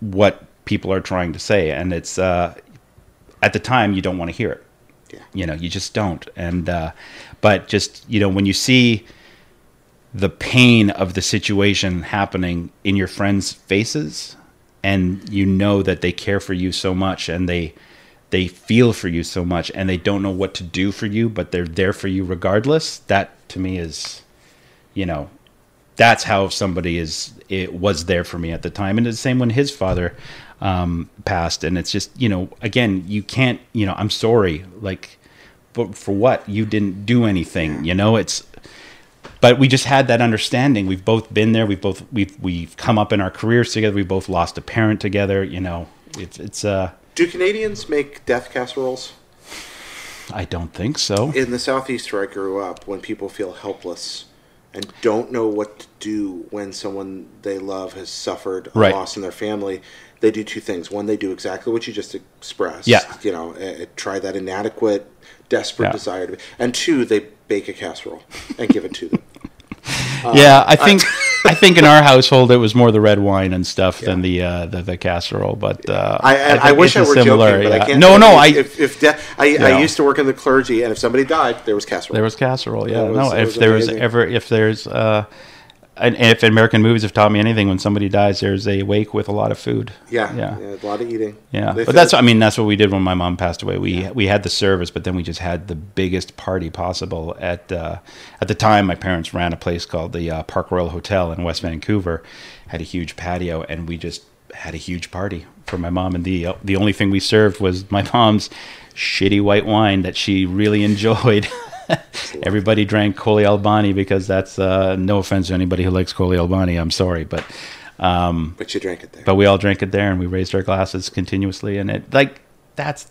B: what people are trying to say and it's uh at the time you don't want to hear it.
A: Yeah.
B: You know, you just don't. And uh but just, you know, when you see the pain of the situation happening in your friends' faces and you know that they care for you so much and they they feel for you so much and they don't know what to do for you but they're there for you regardless that to me is you know that's how somebody is it was there for me at the time and it's the same when his father um, passed and it's just you know again you can't you know i'm sorry like but for what you didn't do anything you know it's but we just had that understanding we've both been there we've both we've we've come up in our careers together we both lost a parent together you know it's it's uh
A: do Canadians make death casseroles?
B: i don't think so
A: in the southeast where I grew up, when people feel helpless and don't know what to do when someone they love has suffered a
B: Right.
A: loss in their family, they do two things. One, they do exactly what you just expressed.
B: Yeah.
A: You know, eh, eh, try that inadequate, desperate
B: Yeah.
A: desire to. And two, they bake a casserole and give it to
B: <laughs>
A: them. uh,
B: yeah i think i think in our household it was more the red wine and stuff than the uh the, the casserole but uh
A: I, I, I
B: think
A: wish I
B: it's
A: were
B: similar,
A: joking, but
B: yeah.
A: I can't.
B: no no i
A: If, if de- I,
B: know.
A: I used to work in the clergy, and if somebody died, there was casserole.
B: There was casserole. Yeah.
A: It was-
B: no,
A: it
B: if
A: was
B: there was
A: amazing.
B: ever, if there's, uh, and and if American movies have taught me anything, when somebody dies, there's a wake with a lot of food.
A: yeah,
B: Yeah.
A: yeah, a lot of eating.
B: Yeah.
A: They
B: But that's,
A: fed-
B: I mean, that's what we did when my mom passed away. We, we had the service, but then we just had the biggest party possible at, uh, at the time my parents ran a place called the uh, Park Royal Hotel in West Vancouver, had a huge patio and we just had a huge party for my mom. And the, uh, the only thing we served was my mom's shitty white wine that she really <laughs> enjoyed. Everybody drank Coli Albani because that's uh, no offense to anybody who likes Coli Albani. I'm sorry, but
A: but you drank it there.
B: but we all drank it there and we raised our glasses continuously and it like that's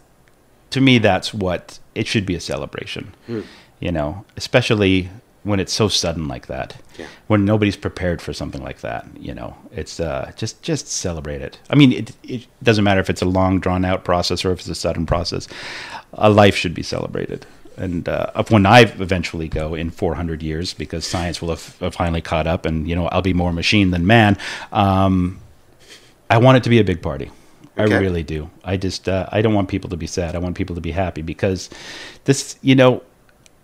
B: to me that's what it should be a celebration you know especially when it's so sudden like that
A: Yeah.
B: when nobody's prepared for something like that you know it's uh just just celebrate it i mean it, it doesn't matter if it's a long drawn out process or if it's a sudden process a life should be celebrated and uh, up when I eventually go in 400 years, because science will have, have finally caught up, and you know I'll be more machine than man. Um, I want it to be a big party. I
A: Okay.
B: really do. I just uh, I don't want people to be sad. I want people to be happy because this, you know,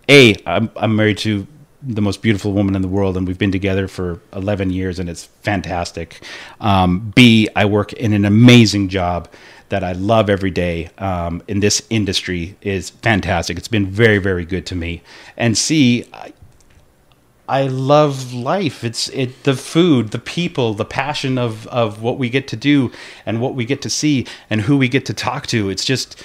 B: a I'm I'm married to the most beautiful woman in the world, and we've been together for 11 years, and it's fantastic. Um, B I work in an amazing job that I love every day. Um, in this industry is fantastic. It's been very very good to me. And C I- I love life. It's it the food, the people, the passion of of what we get to do and what we get to see and who we get to talk to. It's just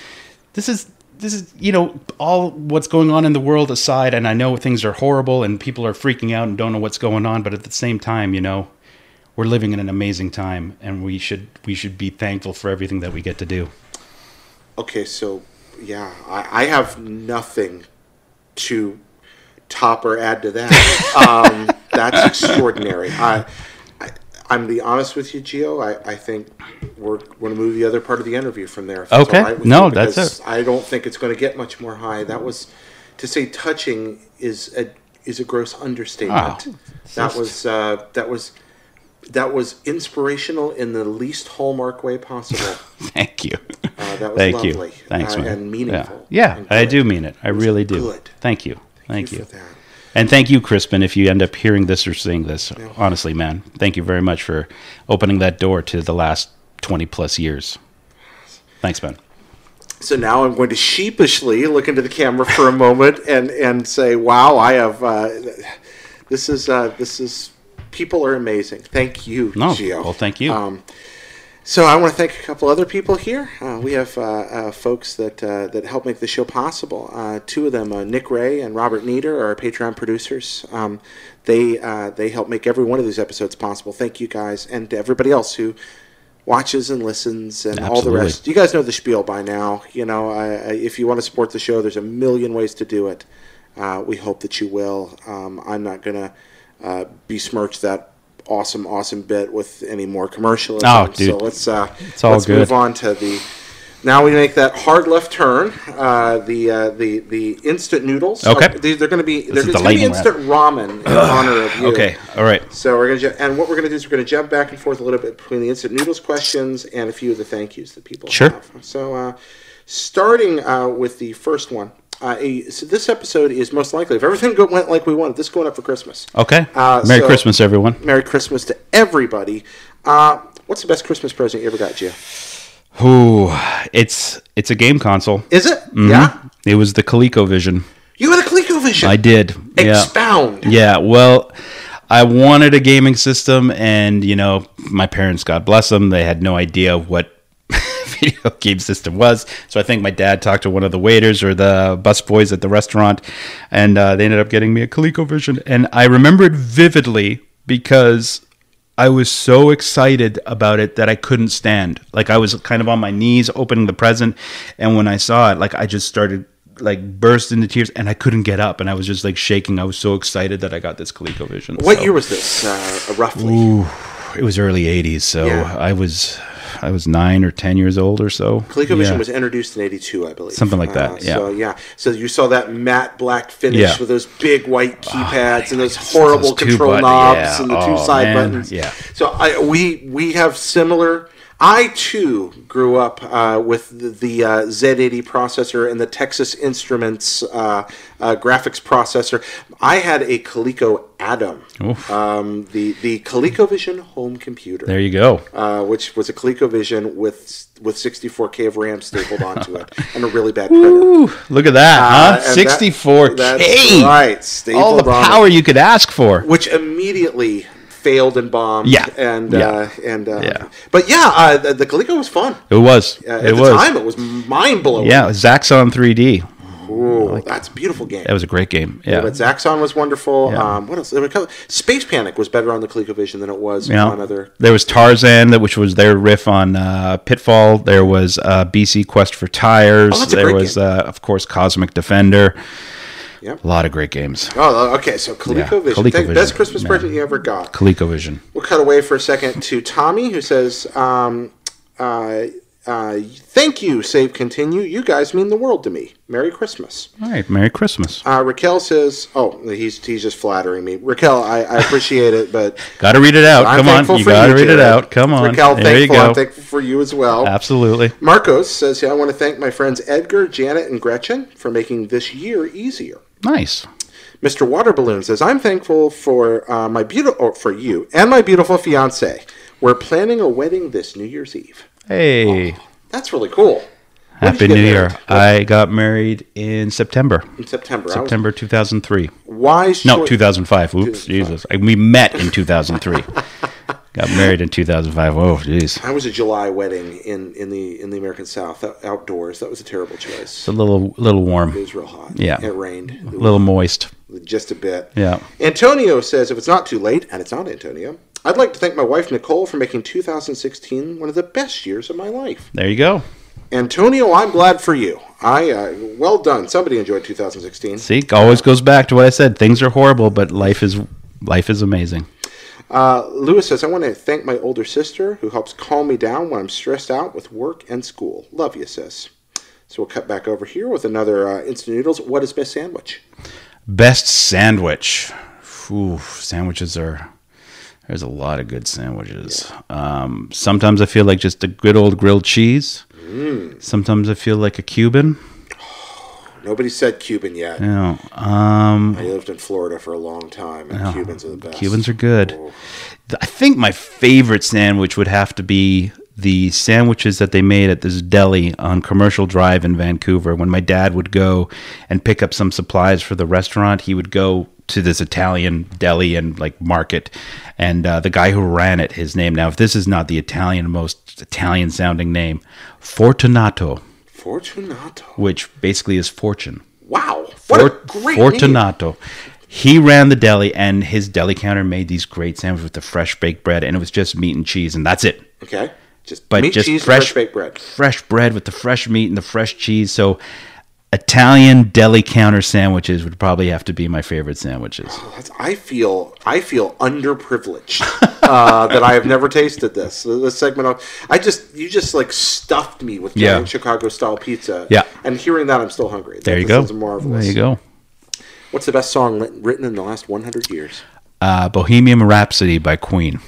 B: this is this is you know all what's going on in the world aside and I know things are horrible and people are freaking out and don't know what's going on, but at the same time, you know, we're living in an amazing time, and we should we should be thankful for everything that we get to do. <laughs>
A: Okay, so yeah, I, I have nothing to top or add to
B: <laughs>
A: that. um, that's extraordinary. I, I, I'm the honest with you, Gio. I, I think we're going to move the other part of the interview from there. if that's
B: Okay.
A: all right with
B: No,
A: you,
B: that's
A: because
B: it.
A: I don't think it's going to get much more high. That was to say touching is a is a gross understatement.
B: Wow.
A: That was uh, that was that was inspirational in the least hallmark way
B: <laughs>
A: possible.
B: Thank you.
A: Uh, that was
B: Thank
A: lovely.
B: you. Thanks,
A: uh,
B: man.
A: and meaningful.
B: Yeah,
A: and
B: yeah I
A: good.
B: do mean it. I really do.
A: good.
B: Thank you. Thank you.
A: for that.
B: And thank you, Crispin, if you end up hearing this or seeing this. Honestly, man, thank you very much for opening that door to the last 20 plus years. Thanks, man.
A: So now I'm going to sheepishly look into the camera for a moment and, and say, "Wow, I have uh, this is uh, this is people are amazing. Thank you,
B: No,
A: Gio.
B: well, thank you.
A: Um, so I want to thank a couple other people here. Uh, we have uh, uh, folks that uh, that help make the show possible. Uh, two of them, uh, Nick Ray and Robert Nieder, are our Patreon producers. Um, they uh, they help make every one of these episodes possible. Thank you guys, and to everybody else who watches and listens and all the
B: Absolutely.
A: rest. You guys know the spiel by now. You know, I, I, if you want to support the show, there's a million ways to do it. Uh, we hope that you will. Um, I'm not gonna uh, besmirch that awesome, awesome bit with any more commercialism.
B: Oh, dude.
A: So let's uh,
B: It's all
A: let's
B: good.
A: move on to the. Now we make that hard left turn. Uh, the uh, the the instant noodles.
B: Okay.
A: Uh, they, they're going to be they're,
B: is
A: it's
B: the
A: going to be
B: lightning
A: instant ramen in honor of you.
B: Okay. All right.
A: So we're gonna ju- and what we're gonna do is we're gonna jump back and forth a little bit between the instant noodles questions and a few of the thank yous that people
B: Sure.
A: have. So uh, starting uh, with the first one, uh, a, so this episode is most likely if everything go, went like we wanted, this is going up for Christmas.
B: Okay.
A: Uh,
B: Merry
A: so-
B: Christmas, everyone.
A: Merry Christmas to everybody. Uh, what's the best Christmas present you ever got, Gio?
B: Ooh, it's it's a game console.
A: Is it?
B: Mm-hmm.
A: Yeah,
B: It was the ColecoVision.
A: you had a ColecoVision.
B: I did. Yeah.
A: Expound.
B: <laughs> Yeah, well, I wanted a gaming system, and you know, my parents, God bless them, they had no idea what <laughs> video game system was. So I think my dad talked to one of the waiters or the busboys at the restaurant, and uh, they ended up getting me a ColecoVision. And I remember it vividly because I was so excited about it that I couldn't stand. Like I was kind of on my knees opening the present, and when I saw it, like I just started like burst into tears, and I couldn't get up, and I was just like shaking. I was so excited that I got this ColecoVision.
A: What
B: so.
A: year was this? Uh, roughly.
B: It was early '80s, so
A: Yeah.
B: I was I was nine or ten years old or so.
A: ColecoVision
B: Yeah.
A: was introduced in '82, I believe. Uh,
B: Something like that, yeah.
A: So yeah. So you saw that matte black finish
B: Yeah. Oh,
A: with those big white keypads and those
B: those
A: horrible
B: two
A: control
B: button-
A: knobs
B: yeah.
A: and the two
B: Oh,
A: side
B: man.
A: buttons.
B: Yeah.
A: So I, we we have similar. I too grew up uh, with the, the uh, Z80 processor and the Texas Instruments uh, uh, graphics processor. I had a Coleco Atom, um, the the ColecoVision home computer
B: There you go.
A: uh, which was a ColecoVision with with 64k of RAM stapled onto
B: <laughs>
A: it and a really bad printer.
B: Ooh, look at that,
A: Uh,
B: huh?
A: and that-
B: 64K.
A: That's right, stapled
B: All the
A: on it.
B: power you could ask for.
A: which immediately failed and bombed.
B: Yeah.
A: and
B: Yeah.
A: Uh, and uh,
B: Yeah.
A: but yeah, uh, the, the Coleco was fun.
B: It was.
A: Uh, at
B: it
A: the
B: was.
A: time, it was mind blowing.
B: Yeah, Zaxxon 3D.
A: Ooh, that's a beautiful game.
B: That was a great game. Yeah.
A: But Zaxxon was wonderful.
B: Yeah.
A: Um, what else? There were a couple- Space Panic was better on the ColecoVision than it was
B: Yeah.
A: on other.
B: There was Tarzan, that- which was their riff on uh, Pitfall. There was uh, BC Quest for Tires.
A: Oh, that's a
B: there
A: great
B: was,
A: game.
B: Uh, of course, Cosmic Defender.
A: Yep.
B: A lot of great games.
A: Oh, okay. So ColecoVision, Thank-
B: ColecoVision,
A: best Christmas
B: man.
A: present you ever got.
B: ColecoVision.
A: We'll cut away for a second to Tommy, who says, um, uh, uh, "Thank you, save continue. You guys mean the world to me. Merry Christmas."
B: All right. Merry Christmas.
A: Uh, Raquel says, "Oh, he's he's just flattering me." Raquel, I, I appreciate it, but
B: Got to read it out.
A: I'm
B: Oh, Come
A: thankful
B: on. You
A: for
B: got to
A: you,
B: read it
A: Jared.
B: out. Come on.
A: Raquel,
B: there you
A: thankful.
B: go.
A: I'm thankful for you as well.
B: Absolutely.
A: Marcos says, "Hey, I want to thank my friends Edgar, Janet, and Gretchen for making this year easier."
B: Nice.
A: Mr. Waterballoon says, "I'm thankful for uh, my beautiful for you and my beautiful fiance. We're planning a wedding this New Year's Eve."
B: Hey.
A: That's really cool. When did
B: Happy
A: you get
B: New
A: married?
B: Year. I got married in September.
A: in September. September.
B: September 2003.
A: Why short?
B: No, 2005. Oops, Jesus. I, we met in 2003. <laughs> Got married in 2005. Oh, jeez.
A: I was a July wedding in, in the in the American South out- outdoors. That was a terrible choice.
B: It's a little little
A: It
B: warm,
A: was real hot.
B: Yeah.
A: it rained
B: a little moist.
A: just a bit.
B: Yeah.
A: Antonio says, if it's not too late, and it's not Antonio, I'd like to thank my wife, Nicole, for making 2016 one of the best years of my life.
B: There you go.
A: Antonio, I'm glad for you. I uh, well done. Somebody enjoyed 2016.
B: See, always goes back to what I said. Things are horrible, but life is life is amazing.
A: Uh, Lewis says, I want to thank my older sister who helps calm me down when I'm stressed out with work and school. Love you, sis. So we'll cut back over here with another uh, instant noodles. What is best sandwich?
B: Best sandwich. Ooh, sandwiches are. There's a lot of good sandwiches. Um, sometimes I feel like just a good old grilled cheese. Sometimes I feel like a Cuban.
A: Nobody said Cuban yet.
B: You know, um,
A: I lived in Florida for a long time, and Cubans are the best. Oh,
B: Cubans are good. Th- I think my favorite sandwich would have to be the sandwiches that they made at this deli on Commercial Drive in Vancouver. When my dad would go and pick up some supplies for the restaurant, he would go to this Italian deli and like market. And uh, the guy who ran it, his name now, if this is not the Italian, most Italian sounding name, Fortunato,
A: Fortunato.
B: which basically is fortune.
A: Wow. What
B: Fort-
A: a great name.
B: Fortunato. He ran the deli, and his deli counter made these great sandwiches with the fresh baked bread, and it was just meat and cheese, and that's it.
A: Okay. Just
B: But
A: meat,
B: just
A: cheese,
B: fresh-
A: fresh baked bread.
B: Fresh bread with the fresh meat and the fresh cheese. So, Italian deli counter sandwiches would probably have to be my favorite sandwiches.
A: That's- I feel I feel underprivileged uh, <laughs> that I have never tasted this. Uh, This segment of I just you just like stuffed me with
B: Yeah.
A: Chicago style pizza.
B: Yeah.
A: and hearing that I'm still hungry.
B: There
A: That
B: you go.
A: sounds Marvelous.
B: There you go.
A: What's the best song lit- written in the last 100 years?
B: Uh, Bohemian Rhapsody by Queen.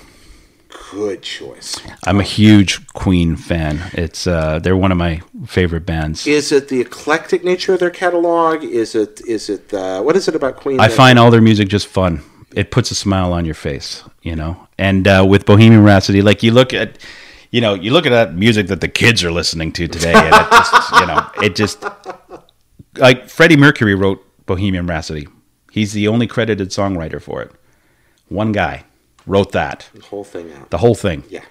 A: Good choice.
B: I'm a huge Queen fan. It's uh, they're one of my favorite bands.
A: Is it the eclectic nature of their catalog? Is it is it the, what is it about Queen?
B: I
A: that-
B: find all their music just fun. It puts a smile on your face, you know. And uh, with Bohemian Rhapsody, like you look at, you know, you look at that music that the kids are listening to today, and it just, <laughs> you know, it just like Freddie Mercury wrote Bohemian Rhapsody. He's the only credited songwriter for it. One guy wrote that,
A: the whole thing out.
B: the whole thing.
A: yeah.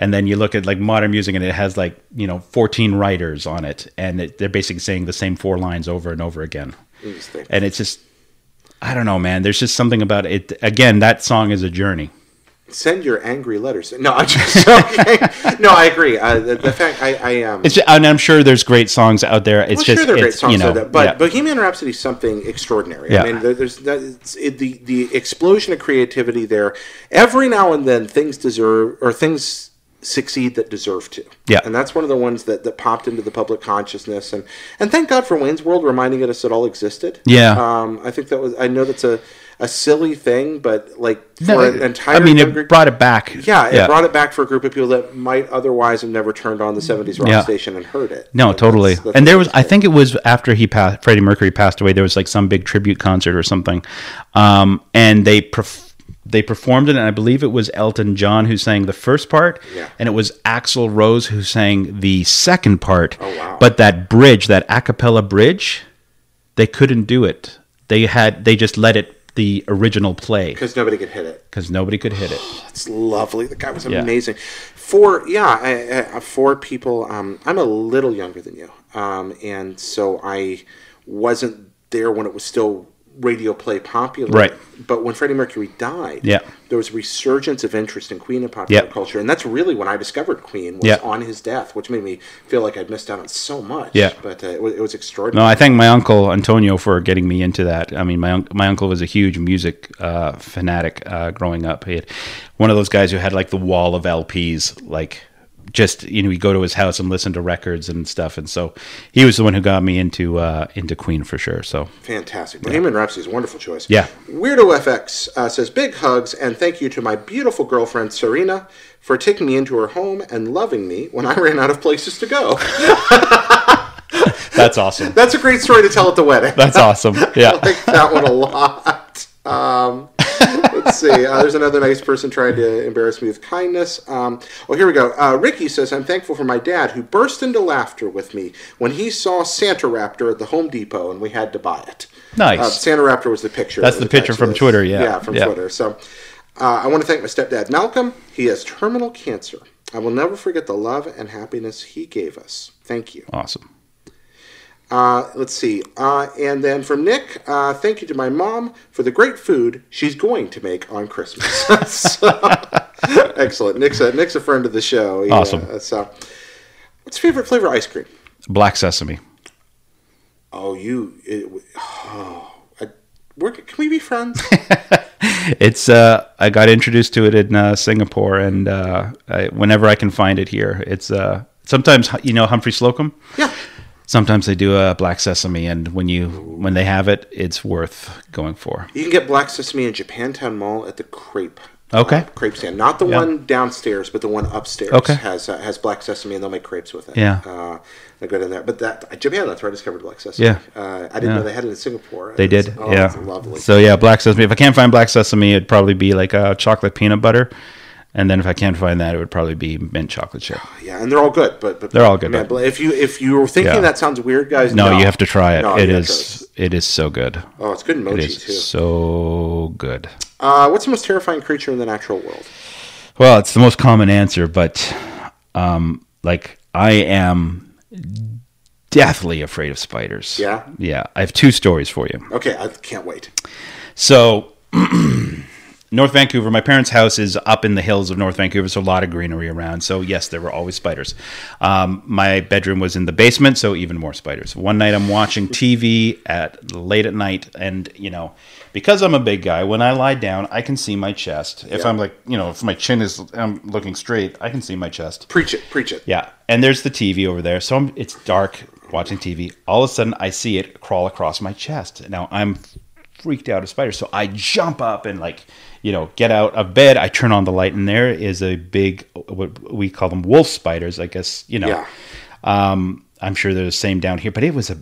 B: And then you look at like modern music, and it has like you know 14 writers on it, and it, they're basically saying the same four lines over and over again
A: Interesting.
B: and it's just I don't know, man. There's just something about it. Again, that song is a journey.
A: Send your angry letters. No, I'm just <laughs> joking. no, I agree. Uh, the, the fact I, I um,
B: It's and I'm sure there's great songs out there. It's
A: Well,
B: just
A: sure, they're great
B: it's,
A: songs,
B: you know,
A: like that, but
B: yeah.
A: Bohemian Rhapsody is something extraordinary.
B: Yeah.
A: I mean, there- there's that, it's, it, the the explosion of creativity there. Every now and then, things deserve or things succeed that deserve to.
B: Yeah.
A: and that's one of the ones that, that popped into the public consciousness, and and thank God for Wayne's World reminding us it all existed.
B: Yeah.
A: um, I think that was. I know that's a a silly thing, but like for
B: No,
A: an entire
B: I mean,
A: younger-
B: it brought it back.
A: yeah, it brought it back for a group of people that might otherwise have never turned on the '70s rock
B: Yeah.
A: station and heard it.
B: No,
A: And
B: totally.
A: that's- that's
B: and there
A: what
B: was,
A: it's
B: I think it was after he passed, Freddie Mercury passed away. There was like some big tribute concert or something, um, and they perf- they performed it, and I believe it was Elton John who sang the first part,
A: Yeah.
B: and it was Axl Rose who sang the second part.
A: Oh, wow.
B: But that bridge, that a cappella bridge, they couldn't do it. They had they just let it the original play
A: because nobody could hit it.
B: because nobody could hit it.
A: It's lovely. The guy was
B: Yeah.
A: amazing. For yeah, I, I, for people, um, I'm a little younger than you, um, and so I wasn't there when it was still radio play popular.
B: Right.
A: But when Freddie Mercury died,
B: Yeah.
A: there was a resurgence of interest in Queen and popular
B: Yeah.
A: culture, and that's really when I discovered Queen was
B: Yeah.
A: on his death, which made me feel like I'd missed out on so much.
B: Yeah.
A: But uh, it, was, it was extraordinary.
B: No, I thank my uncle Antonio for getting me into that. I mean, my un- my uncle was a huge music uh, fanatic uh, growing up. He had one of those guys who had like the wall of LPs, like just you know, you go to his house and listen to records and stuff. And so he was the one who got me into uh, into Queen for sure. So
A: Fantastic. Bohemian Rhapsody is a wonderful choice.
B: Yeah.
A: Weirdo FX uh, says big hugs and thank you to my beautiful girlfriend Serena for taking me into her home and loving me when I ran out of places to go. <laughs>
B: that's awesome.
A: That's a great story to tell at the wedding.
B: That's awesome. Yeah.
A: I <laughs> like that one a lot. Um, let's see. Uh, there's another nice person trying to embarrass me with kindness. Um, oh, here we go. Uh, Ricky says, I'm thankful for my dad who burst into laughter with me when he saw Santa Raptor at the Home Depot and we had to buy it.
B: Nice.
A: Uh, Santa Raptor was the picture.
B: That's the
A: attached
B: picture
A: to
B: from
A: this.
B: Twitter, yeah.
A: Yeah, from
B: Yeah.
A: Twitter. So uh, I want to thank my stepdad, Malcolm. He has terminal cancer. I will never forget the love and happiness he gave us. Thank you.
B: Awesome.
A: Uh, let's see. Uh, and then from Nick, uh, thank you to my mom for the great food she's going to make on Christmas. <laughs> So, Excellent. Nick's a, Nick's a friend of the show. Yeah,
B: Awesome.
A: So, what's your favorite flavor of ice cream?
B: Black sesame.
A: Oh, you. It, oh, I, we're, can we be friends?
B: It's uh, I got introduced to it in uh, Singapore, and uh, I, whenever I can find it here, it's uh, sometimes you know Humphrey Slocum.
A: <laughs> yeah.
B: Sometimes they do a black sesame, and when you when they have it, it's worth going for.
A: You can get black sesame in Japantown Mall at the Crepe.
B: Okay.
A: uh, crepe stand. Not the one downstairs, but the one upstairs
B: Okay.
A: has uh, has black sesame, and they'll make crepes with it.
B: Yeah.
A: uh, they're good in there. But that uh, Japan, that's where I discovered black sesame.
B: Yeah.
A: uh, I didn't know
B: Yeah.
A: they had it in Singapore.
B: They
A: It's-
B: did,
A: oh,
B: yeah.
A: it's lovely.
B: So yeah, black sesame. If I can't find black sesame, it'd probably be like a chocolate peanut butter, and then if I can't find that, it would probably be mint
A: <gasps>
B: chocolate chip.
A: yeah, and they're all good, but, but
B: They're all good,
A: man,
B: but-
A: if you if you were thinking
B: Yeah.
A: that sounds weird, guys,
B: No, you have to try it.
A: No,
B: it
A: you have
B: is it is so good.
A: to. Oh, it's good in
B: It
A: mochi
B: is
A: too.
B: so good.
A: Uh, what's the most terrifying creature in the natural world?
B: Well, it's the most common answer, but um, like I am deathly afraid of spiders.
A: Yeah?
B: Yeah. I have two stories for you.
A: Okay, I can't wait.
B: So, <clears throat> North Vancouver, my parents' house is up in the hills of North Vancouver, so a lot of greenery around. So, yes, there were always spiders. Um, my bedroom was in the basement, so even more spiders. One night I'm watching TV at late at night, and you know, because I'm a big guy, when I lie down, I can see my chest. If
A: Yeah.
B: I'm like, you know, if my chin is, I'm looking straight, I can see my chest.
A: Preach it, preach it.
B: Yeah, and there's the TV over there. So I'm, it's dark watching TV. All of a sudden, I see it crawl across my chest. Now I'm freaked out of spiders, so I jump up and like you know get out of bed. I turn on the light, and there is a big what we call them wolf spiders. I guess you know.
A: Yeah.
B: Um, I'm sure they're the same down here, but it was a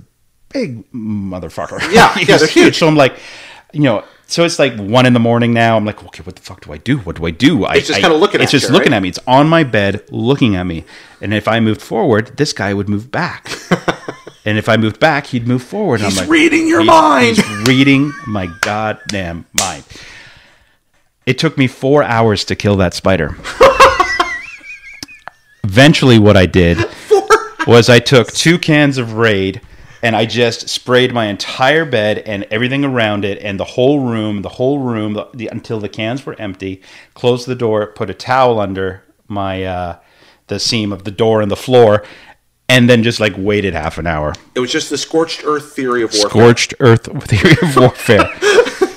B: big motherfucker. <laughs>
A: Yeah,
B: It
A: yeah, they're
B: was
A: huge.
B: So I'm like, you know. So it's like one in the morning now. I'm like, okay, what the fuck do I do? What do I do? I,
A: It's just
B: I-
A: kinda looking
B: It's
A: at
B: just
A: you,
B: looking
A: right?
B: at me. It's on my bed, looking at me. And if I moved forward, this guy would
A: <laughs>
B: move back. and if I moved back, he'd move forward. And
A: He's
B: I'm like,
A: reading your
B: "He-
A: mind."
B: He's reading my goddamn mind. It took me four hours to kill
A: <laughs>
B: that spider. Eventually, what
A: <laughs>
B: I did was I took two cans of Raid and I just sprayed my entire bed and everything around it and the whole room, the whole room the, the- until the cans were empty. Closed the door, put a towel under my uh, the seam of the door and the floor, and then just like waited half an hour.
A: It was just the scorched earth theory of warfare.
B: Scorched earth <laughs> theory of warfare.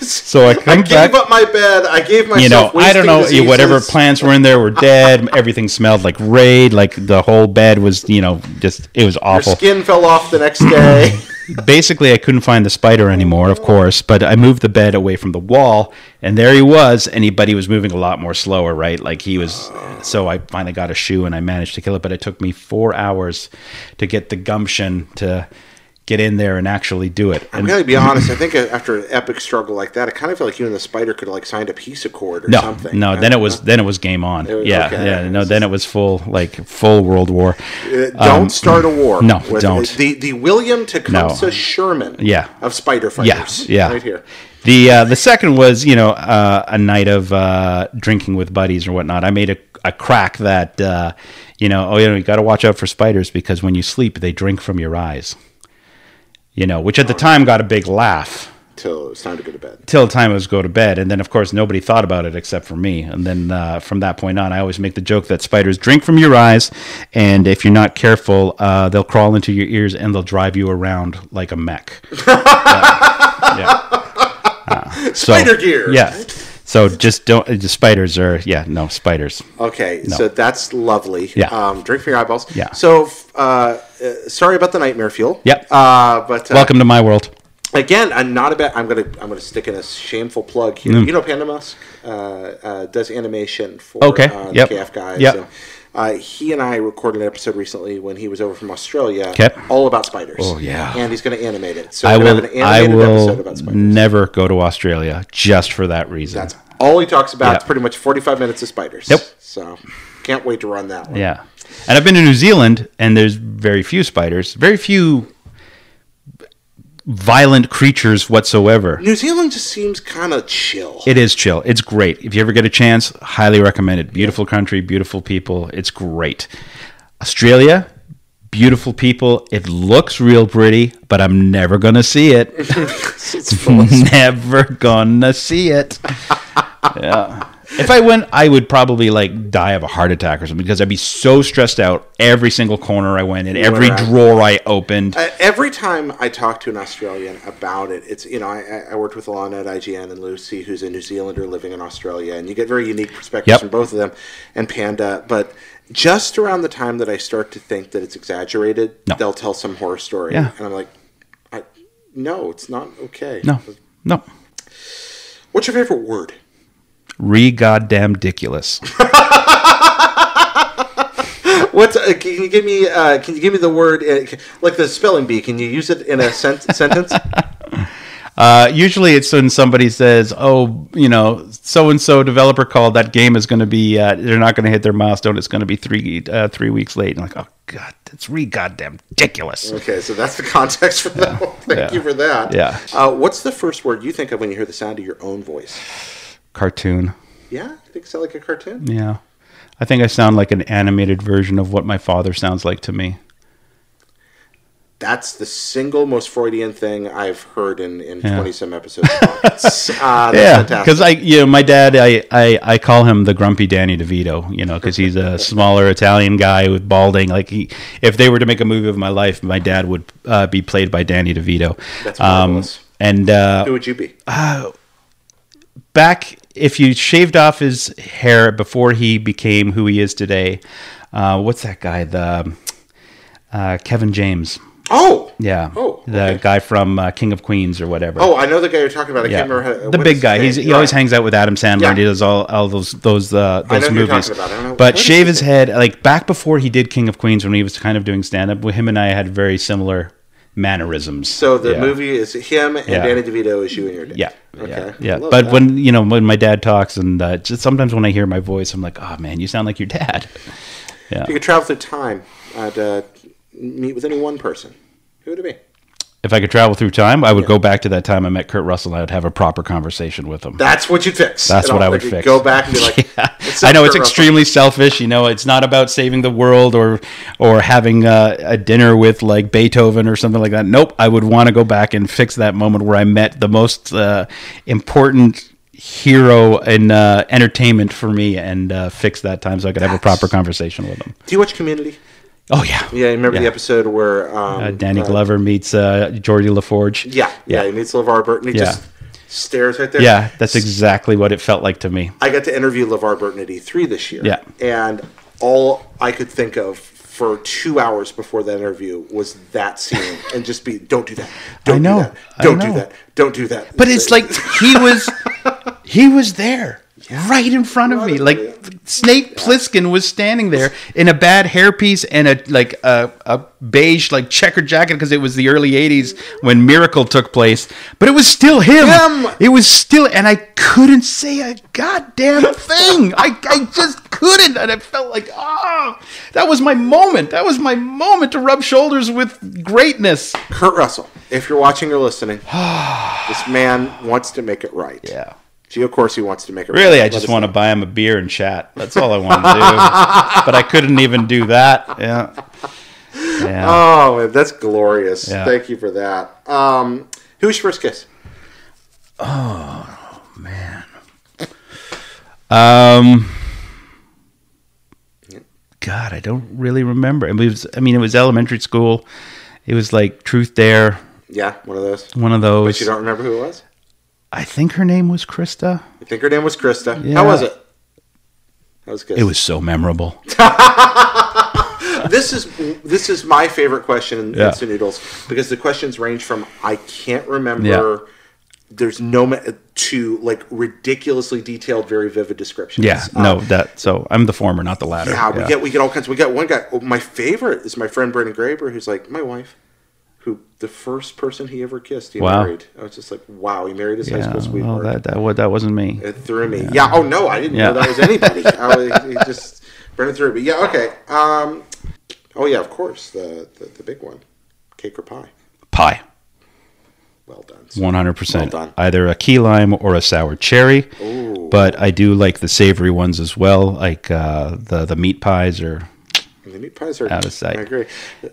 B: so I come
A: I
B: back
A: gave up my bed. I gave myself.
B: you know, I
A: wasting
B: don't know,
A: diseases.
B: whatever plants were in there were dead.
A: <laughs>
B: Everything smelled like raid. Like the whole bed was, you know, just it was awful.
A: Skin fell off the next day.
B: <laughs> Basically, I couldn't find the spider anymore, of course, but I moved the bed away from the wall, and there he was. Anybody was moving a lot more slower, right? Like he was. So I finally got a shoe and I managed to kill it, but it took me four hours to get the gumption to get in there and actually do it.
A: I'm
B: And
A: gonna be honest. I think after an epic struggle like that, I kind of feel like you and the spider could have like signed a peace accord or
B: no,
A: something.
B: no, then it was then it was game on.
A: was-
B: yeah,
A: okay.
B: yeah, no, then it was full like full World War.
A: Uh, Don't start a war.
B: um, no, don't.
A: The the William Tecumseh
B: No.
A: Sherman.
B: Yeah.
A: Of spider
B: Yes,
A: fighters.
B: yeah.
A: Right here.
B: The uh, the second was you know uh, a night of uh, drinking with buddies or whatnot. I made a, a crack that uh, you know oh you know you got to watch out for spiders because when you sleep they drink from your eyes. You know, which at
A: Oh,
B: the time got a big laugh
A: Till it's time to go to bed.
B: till the time I was go to bed, and then of course nobody thought about it except for me. And then uh, from that point on, I always make the joke that spiders drink from your eyes, and if you're not careful, uh, they'll crawl into your ears and they'll drive you around like
A: <laughs>
B: a mech. Yeah. Uh, so-
A: Spider gear.
B: Yeah. So just don't. uh, Just spiders are yeah no spiders.
A: Okay. So that's lovely.
B: Yeah.
A: Um, drink for your eyeballs.
B: Yeah.
A: So f- uh, uh, sorry about the nightmare fuel.
B: Yep.
A: Uh, but uh,
B: Welcome to my world.
A: again, I'm not a bad. I'm gonna I'm gonna stick in a shameful plug here.
B: Mm.
A: You know, Pandamus uh, uh, does animation for
B: Okay,
A: uh,
B: yep,
A: the KF guys.
B: yep.
A: and, uh, he and I recorded an episode recently when he was over from Australia,
B: Okay.
A: all about spiders. Oh
B: yeah.
A: and he's going to animate it. So
B: I
A: we're gonna
B: will.
A: have an
B: I
A: animated episode
B: will
A: about spiders.
B: never go to Australia just for that reason.
A: That's all he talks about. It's
B: Yeah.
A: pretty much 45 minutes of spiders.
B: Yep.
A: So can't wait to run that one.
B: Yeah. And I've been to New Zealand and there's very few spiders, very few violent creatures whatsoever.
A: New Zealand just seems kind of chill.
B: It is chill. It's great. If you ever get a chance, highly recommend it. Beautiful country, beautiful people. It's great. Australia, beautiful people. It looks real pretty, but I'm never going to see it. <laughs>
A: it's full of
B: never going to see it. yeah. If I went, I would probably like die of a heart attack or something because I'd be so stressed out every single corner I went in, every
A: Right.
B: drawer I opened.
A: Uh, every time I talk to an Australian about it, it's you know I, I- I worked with Alana at IGN and Lucy, who's a New Zealander living in Australia, and you get very unique perspectives
B: Yep.
A: from both of them and Panda. But just around the time that I start to think that it's exaggerated,
B: No.
A: they'll tell some horror story,
B: Yeah.
A: and I'm like, I, no, it's not okay.
B: No, no,
A: What's your favorite word?
B: re goddamn ridiculous.
A: What's uh, can you give me? Uh, can you give me the word uh, c- like the spelling bee? Can you use it in a sen- <laughs> sentence?
B: Uh, usually, it's when somebody says, "Oh, you know, so and so developer called that game is going to be uh, they're not going to hit their milestone. It's going to be three uh, three weeks late." And I'm like, "Oh god, that's re goddamn ridiculous."
A: Okay, so that's the context for that. one. Thank
B: yeah,
A: you for that.
B: yeah.
A: Uh, what's the first word you think of when you hear the sound of your own voice?
B: Cartoon.
A: Yeah, I think sound like a cartoon.
B: Yeah, I think I sound like an animated version of what my father sounds like to me.
A: That's the single most Freudian thing I've heard in in
B: Yeah.
A: twenty some
B: <laughs>
A: episodes. of Pockets. uh, that's
B: Yeah,
A: fantastic.
B: because I, you know, my dad, I, I, I call him the grumpy Danny DeVito, you know, because
A: <laughs>
B: he's a smaller Italian guy with balding. Like he, if they were to make a movie of my life, my dad would uh, be played by Danny DeVito.
A: That's
B: um,
A: marvelous.
B: and
A: Who
B: uh,
A: would you be?
B: back, if you shaved off his hair before he became who he is today, uh, what's that guy? The uh, Kevin James.
A: oh,
B: Yeah.
A: Oh,
B: the
A: okay.
B: guy from uh, King of Queens or whatever.
A: oh, I know the guy you're talking about. I
B: Yeah.
A: can't remember how,
B: the
A: what
B: big
A: is
B: guy.
A: his
B: He's,
A: name.
B: he always
A: Right.
B: hangs out with Adam Sandler.
A: Yeah.
B: And he does all, all those those uh,
A: I know
B: those
A: who you're
B: movies.
A: talking about. I don't know-
B: But
A: what is
B: shave
A: his
B: his head like back before he did King of Queens when he was kind of doing stand up. Him and I had very similar mannerisms.
A: So the
B: Yeah.
A: movie is him and
B: Yeah.
A: Danny DeVito is you and your dad.
B: Yeah.
A: Okay.
B: Yeah.
A: I
B: yeah.
A: love
B: But
A: that.
B: when you know when my dad talks and uh, just sometimes when I hear my voice, I'm like, oh man, you sound like your dad. Yeah.
A: you could travel through time uh, to meet with any one person, who would it be?
B: If I could travel through time, I would go back to that time I met Kurt Russell. and I would have a proper conversation with him.
A: That's what you fix.
B: That's
A: And
B: what
A: I'll-
B: I would
A: like,
B: fix.
A: Go back and be like,
B: <laughs> Yeah.
A: "It's
B: I know it's
A: Kurt Russell."
B: extremely selfish. You know, it's not about saving the world or or having uh, a dinner with like Beethoven or something like that. Nope, I would want to go back and fix that moment where I met the most uh, important hero in uh, entertainment for me and uh, fix that time so I could have a proper conversation with him.
A: Do you watch Community?
B: Oh yeah,
A: Yeah, you remember the
B: Yeah.
A: episode where um,
B: Uh, Danny
A: uh,
B: Glover meets uh, Geordie LaForge.
A: Yeah, yeah, he meets LeVar Burton. He
B: Yeah.
A: just stares right there.
B: yeah, that's exactly what it felt like to me.
A: I got to interview LeVar Burton at E3 this year.
B: Yeah.
A: And all I could think of for two hours before that interview was that
B: <laughs>
A: scene and just be, don't do that. Don't
B: know,
A: Do that.
B: I
A: Don't
B: know.
A: do that. Don't do that.
B: But it's like he was he was there. Right in front of
A: Right
B: me,
A: in
B: like
A: front
B: Snake Plissken was standing there in a bad hairpiece and a like a, a beige like checker jacket because it was the early '80s when Miracle took place. But it was still him.
A: Him!
B: It was still, and I couldn't say a goddamn thing. I I just couldn't, and I felt like ah, that was my moment. That was my moment to rub shoulders with greatness.
A: Kurt Russell, if you're watching or
B: <sighs>
A: listening, this man wants to make it right.
B: Yeah.
A: Gio Corsi wants to make it right.
B: Really, I
A: Let
B: just
A: us
B: want to buy him a beer and chat. That's all I want to
A: <laughs>
B: do. but I couldn't even do that. Yeah. Yeah.
A: Oh, man, that's glorious.
B: Yeah.
A: Thank you for that. Um, who was your first kiss?
B: Um. God, I don't really remember. It was. I mean, it was elementary school. It was like Truth Dare,
A: Yeah, one of those.
B: one of
A: But you
B: those.
A: don't remember who it was?
B: I think her name was Krista.
A: I think her name was Krista.
B: Yeah.
A: How was it? That was good.
B: It was so memorable.
A: this is this is my favorite question in
B: Yeah.
A: Instant Noodles because the questions range from I can't remember. There's no ma- to like ridiculously detailed, very vivid descriptions.
B: Yeah.
A: Um,
B: No, that. So I'm the former, not the latter.
A: <clears throat> Yeah, we get we get all kinds. We got one guy. oh, My favorite is my friend Brendan Graber, who's like my wife, who the first person he ever kissed, he
B: Wow.
A: married. I was just like, wow, he married his high
B: Yeah,
A: school
B: well,
A: sweetheart.
B: that that wa- that wasn't me.
A: It threw me. Yeah. Oh no, I didn't know
B: Yeah.
A: that was
B: <laughs>
A: anybody. I was, it just Brendan threw me. Yeah. Okay. Um. Oh yeah, of course the the, the big one, cake or pie.
B: Pie.
A: Well done.
B: One hundred
A: Well
B: percent.
A: done.
B: Either a key lime or a sour cherry.
A: Ooh.
B: But I do like the savory ones as well, like uh, the the meat pies or
A: The meat pies are
B: Out of sight.
A: I agree.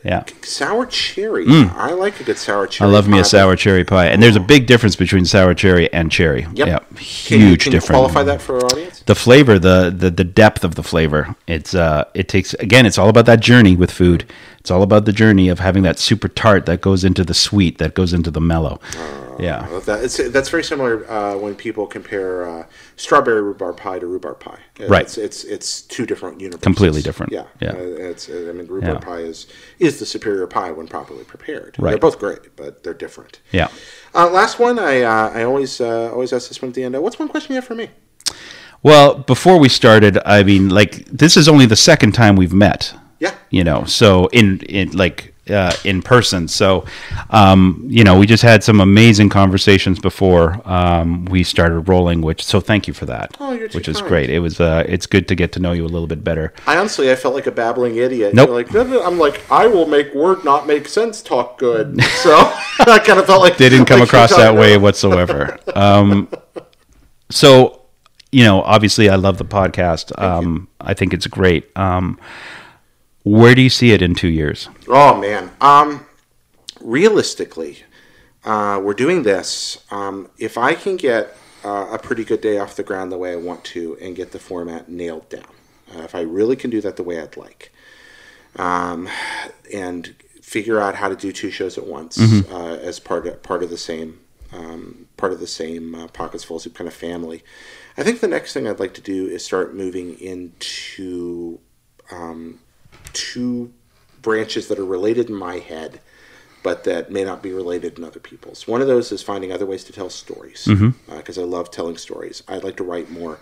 B: Yeah.
A: Sour cherry. I like a good sour
B: I
A: cherry.
B: love me
A: pie,
B: a
A: but
B: sour cherry pie. And there's a big difference between sour cherry and cherry.
A: Yep.
B: Yeah.
A: Can you-
B: Huge
A: can you
B: difference.
A: Qualify that for our audience.
B: the flavor, the, the the depth of the flavor. It's uh, it takes again. It's all about that journey with food. It's all about the journey of having that super tart that goes into the sweet, that goes into the mellow.
A: I
B: yeah,
A: love that. It's, that's very similar uh, when people compare uh, strawberry rhubarb pie to rhubarb pie. Uh,
B: Right.
A: It's it's, it's two different universes.
B: Completely different.
A: Yeah.
B: Yeah.
A: Uh, it's, I mean, rhubarb
B: Yeah.
A: pie is is the superior pie when properly prepared. They're
B: Right.
A: both great, but they're different.
B: yeah.
A: Uh, last one. I uh, I always uh, always ask this one at the end. Uh, what's one question you have for me?
B: Well, before we started, I mean, like this is only the second time we've met.
A: Yeah.
B: you know so in in like uh, in person so um, you know we just had some amazing conversations before um, we started rolling which so thank you for that
A: Oh, you're too
B: which is
A: kind.
B: great it was uh, it's good to get to know you a little bit better
A: I honestly, I felt like a babbling idiot.
B: Nope.
A: You're like, "No, no," I'm like, I will make word not make sense talk good. <laughs> So I kind of felt like
B: they didn't
A: <laughs>
B: come
A: like you're
B: across that
A: talking
B: way
A: about- <laughs>
B: whatsoever. Um, so, you know, obviously, I love the podcast. Um, I think it's great. Um, where do you see it in two years?
A: Oh man. Um, realistically, uh, we're doing this. Um, if I can get uh, a pretty good day off the ground the way I want to, and get the format nailed down, uh, if I really can do that the way I'd like, um, and figure out how to do two shows at once uh, as part of, part of the same um, part of the same uh, pockets full soup kind of family. I think the next thing I'd like to do is start moving into um, two branches that are related in my head, but that may not be related in other people's. One of those is finding other ways to tell stories because I love telling stories. I'd like to write more.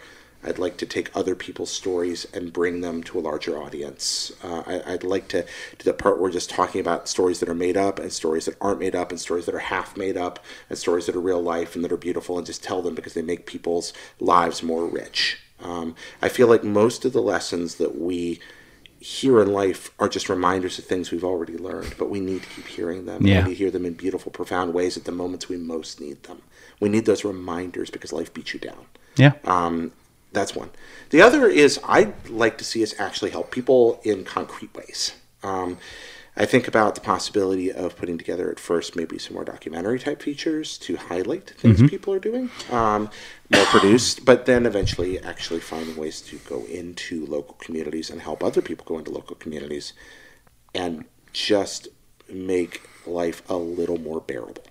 A: I'd like to take other people's stories and bring them to a larger audience. Uh, I, I'd like to do the part where we're just talking about stories that are made up and stories that aren't made up and stories that are half made up and stories that are real life and that are beautiful and just tell them because they make people's lives more rich. Um, I feel like most of the lessons that we here in life are just reminders of things we've already learned, but we need to keep hearing them. We
B: Yeah.
A: need to hear them in beautiful, profound ways at the moments we most need them. We need those reminders because life beats you down.
B: Yeah.
A: Um, that's one. The other is I'd like to see us actually help people in concrete ways. Um, I think about the possibility of putting together at first maybe some more documentary type features to highlight things people are doing, um, more produced, but then eventually actually finding ways to go into local communities and help other people go into local communities and just make life a little more bearable.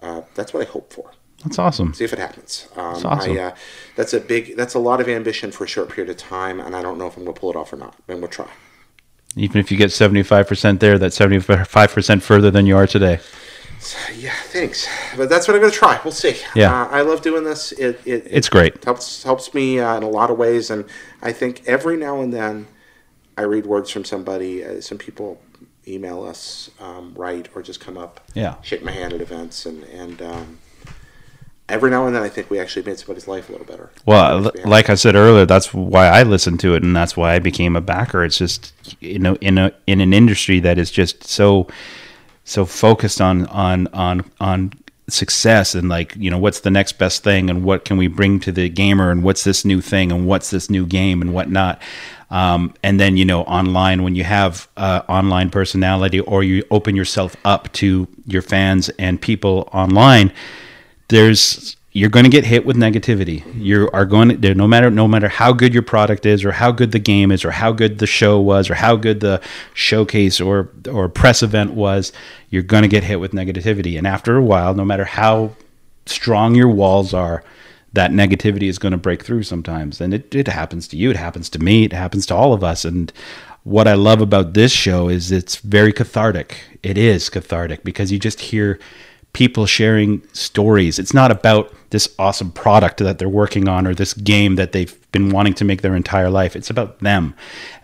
A: Uh, that's what I hope for
B: That's awesome.
A: see if it happens. Um, that's
B: awesome.
A: I, uh, that's a big, that's a lot of ambition for a short period of time, and I don't know if I'm going to pull it off or not. And we'll try.
B: Even if you get 75% there, that's 75% further than you are today.
A: Yeah, thanks. But that's what I'm going to try. We'll see.
B: Yeah.
A: uh, I love doing this. It, it, it
B: It's great.
A: helps helps me uh, in a lot of ways, and I think every now and then I read words from somebody. Uh, some people email us, um, write, or just come up,
B: Yeah.
A: shake my hand at events, and and. Um, Every now and then, I think we actually made somebody's life a little better.
B: Well,
A: Makes
B: l-
A: me happy.
B: like I said earlier, that's why I listened to it, and that's why I became a backer. It's just you know in a in an industry that is just so so focused on on on on success and like you know what's the next best thing and what can we bring to the gamer and what's this new thing and what's this new game and whatnot. Um, and then you know online when you have uh, online personality or you open yourself up to your fans and people online there's you're going to get hit with negativity. You are going to there no matter no matter how good your product is or how good the game is or how good the show was or how good the showcase or or press event was, you're going to get hit with negativity. And after a while, no matter how strong your walls are, that negativity is going to break through sometimes. And it, it happens to you, it happens to me, it happens to all of us. And what I love about this show is it's very cathartic. It is cathartic because you just hear people sharing stories. It's not about this awesome product that they're working on or this game that they've been wanting to make their entire life. It's about them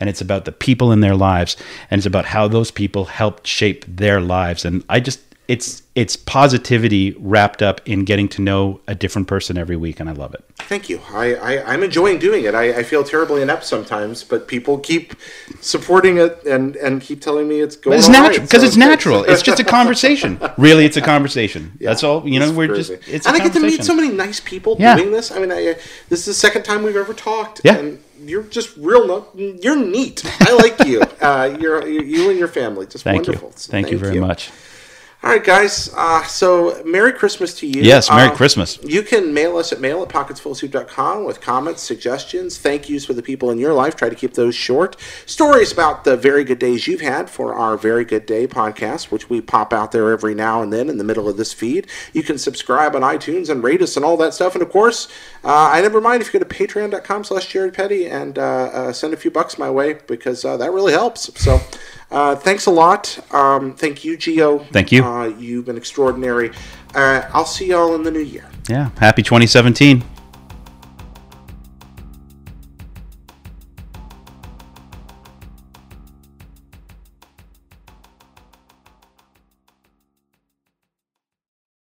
B: and it's about the people in their lives and it's about how those people helped shape their lives. And I just, it's it's positivity wrapped up in getting to know a different person every week and i love it
A: Thank you. I, I, I'm enjoying doing it. I, I feel terribly inept sometimes, but people keep supporting it and, and keep telling me it's going
B: it's
A: all right,
B: natural because
A: so
B: it's natural it's just
A: <laughs>
B: a conversation really it's a conversation that's all you know
A: it's
B: we're
A: crazy.
B: just it's a
A: and I get to meet
B: conversation.
A: so many nice people
B: Yeah.
A: doing this. I mean, I, uh, this is the second time we've ever talked.
B: Yeah.
A: And you're just real. No, you're neat. I like
B: <laughs>
A: you. Uh, you're you- you and your family just
B: Thank
A: wonderful.
B: you. Thank, you very much.
A: All right, guys. Uh, so Merry Christmas to you.
B: Yes, Merry
A: Uh,
B: Christmas.
A: You can mail us at mail at pocketsfullsoup.com with comments, suggestions, thank yous for the people in your life. Try to keep those short. Stories about the very good days you've had for our Very Good Day podcast, which we pop out there every now and then in the middle of this feed. You can subscribe on iTunes and rate us and all that stuff. And of course, uh, I never mind if you go to patreon.com slash Jared Petty and uh, uh, send a few bucks my way because uh, that really helps. So uh, thanks a lot. Um, thank you, Gio.
B: Thank you.
A: Uh, you've been extraordinary. Uh, I'll see y'all in the new year.
B: Yeah. Happy 2017.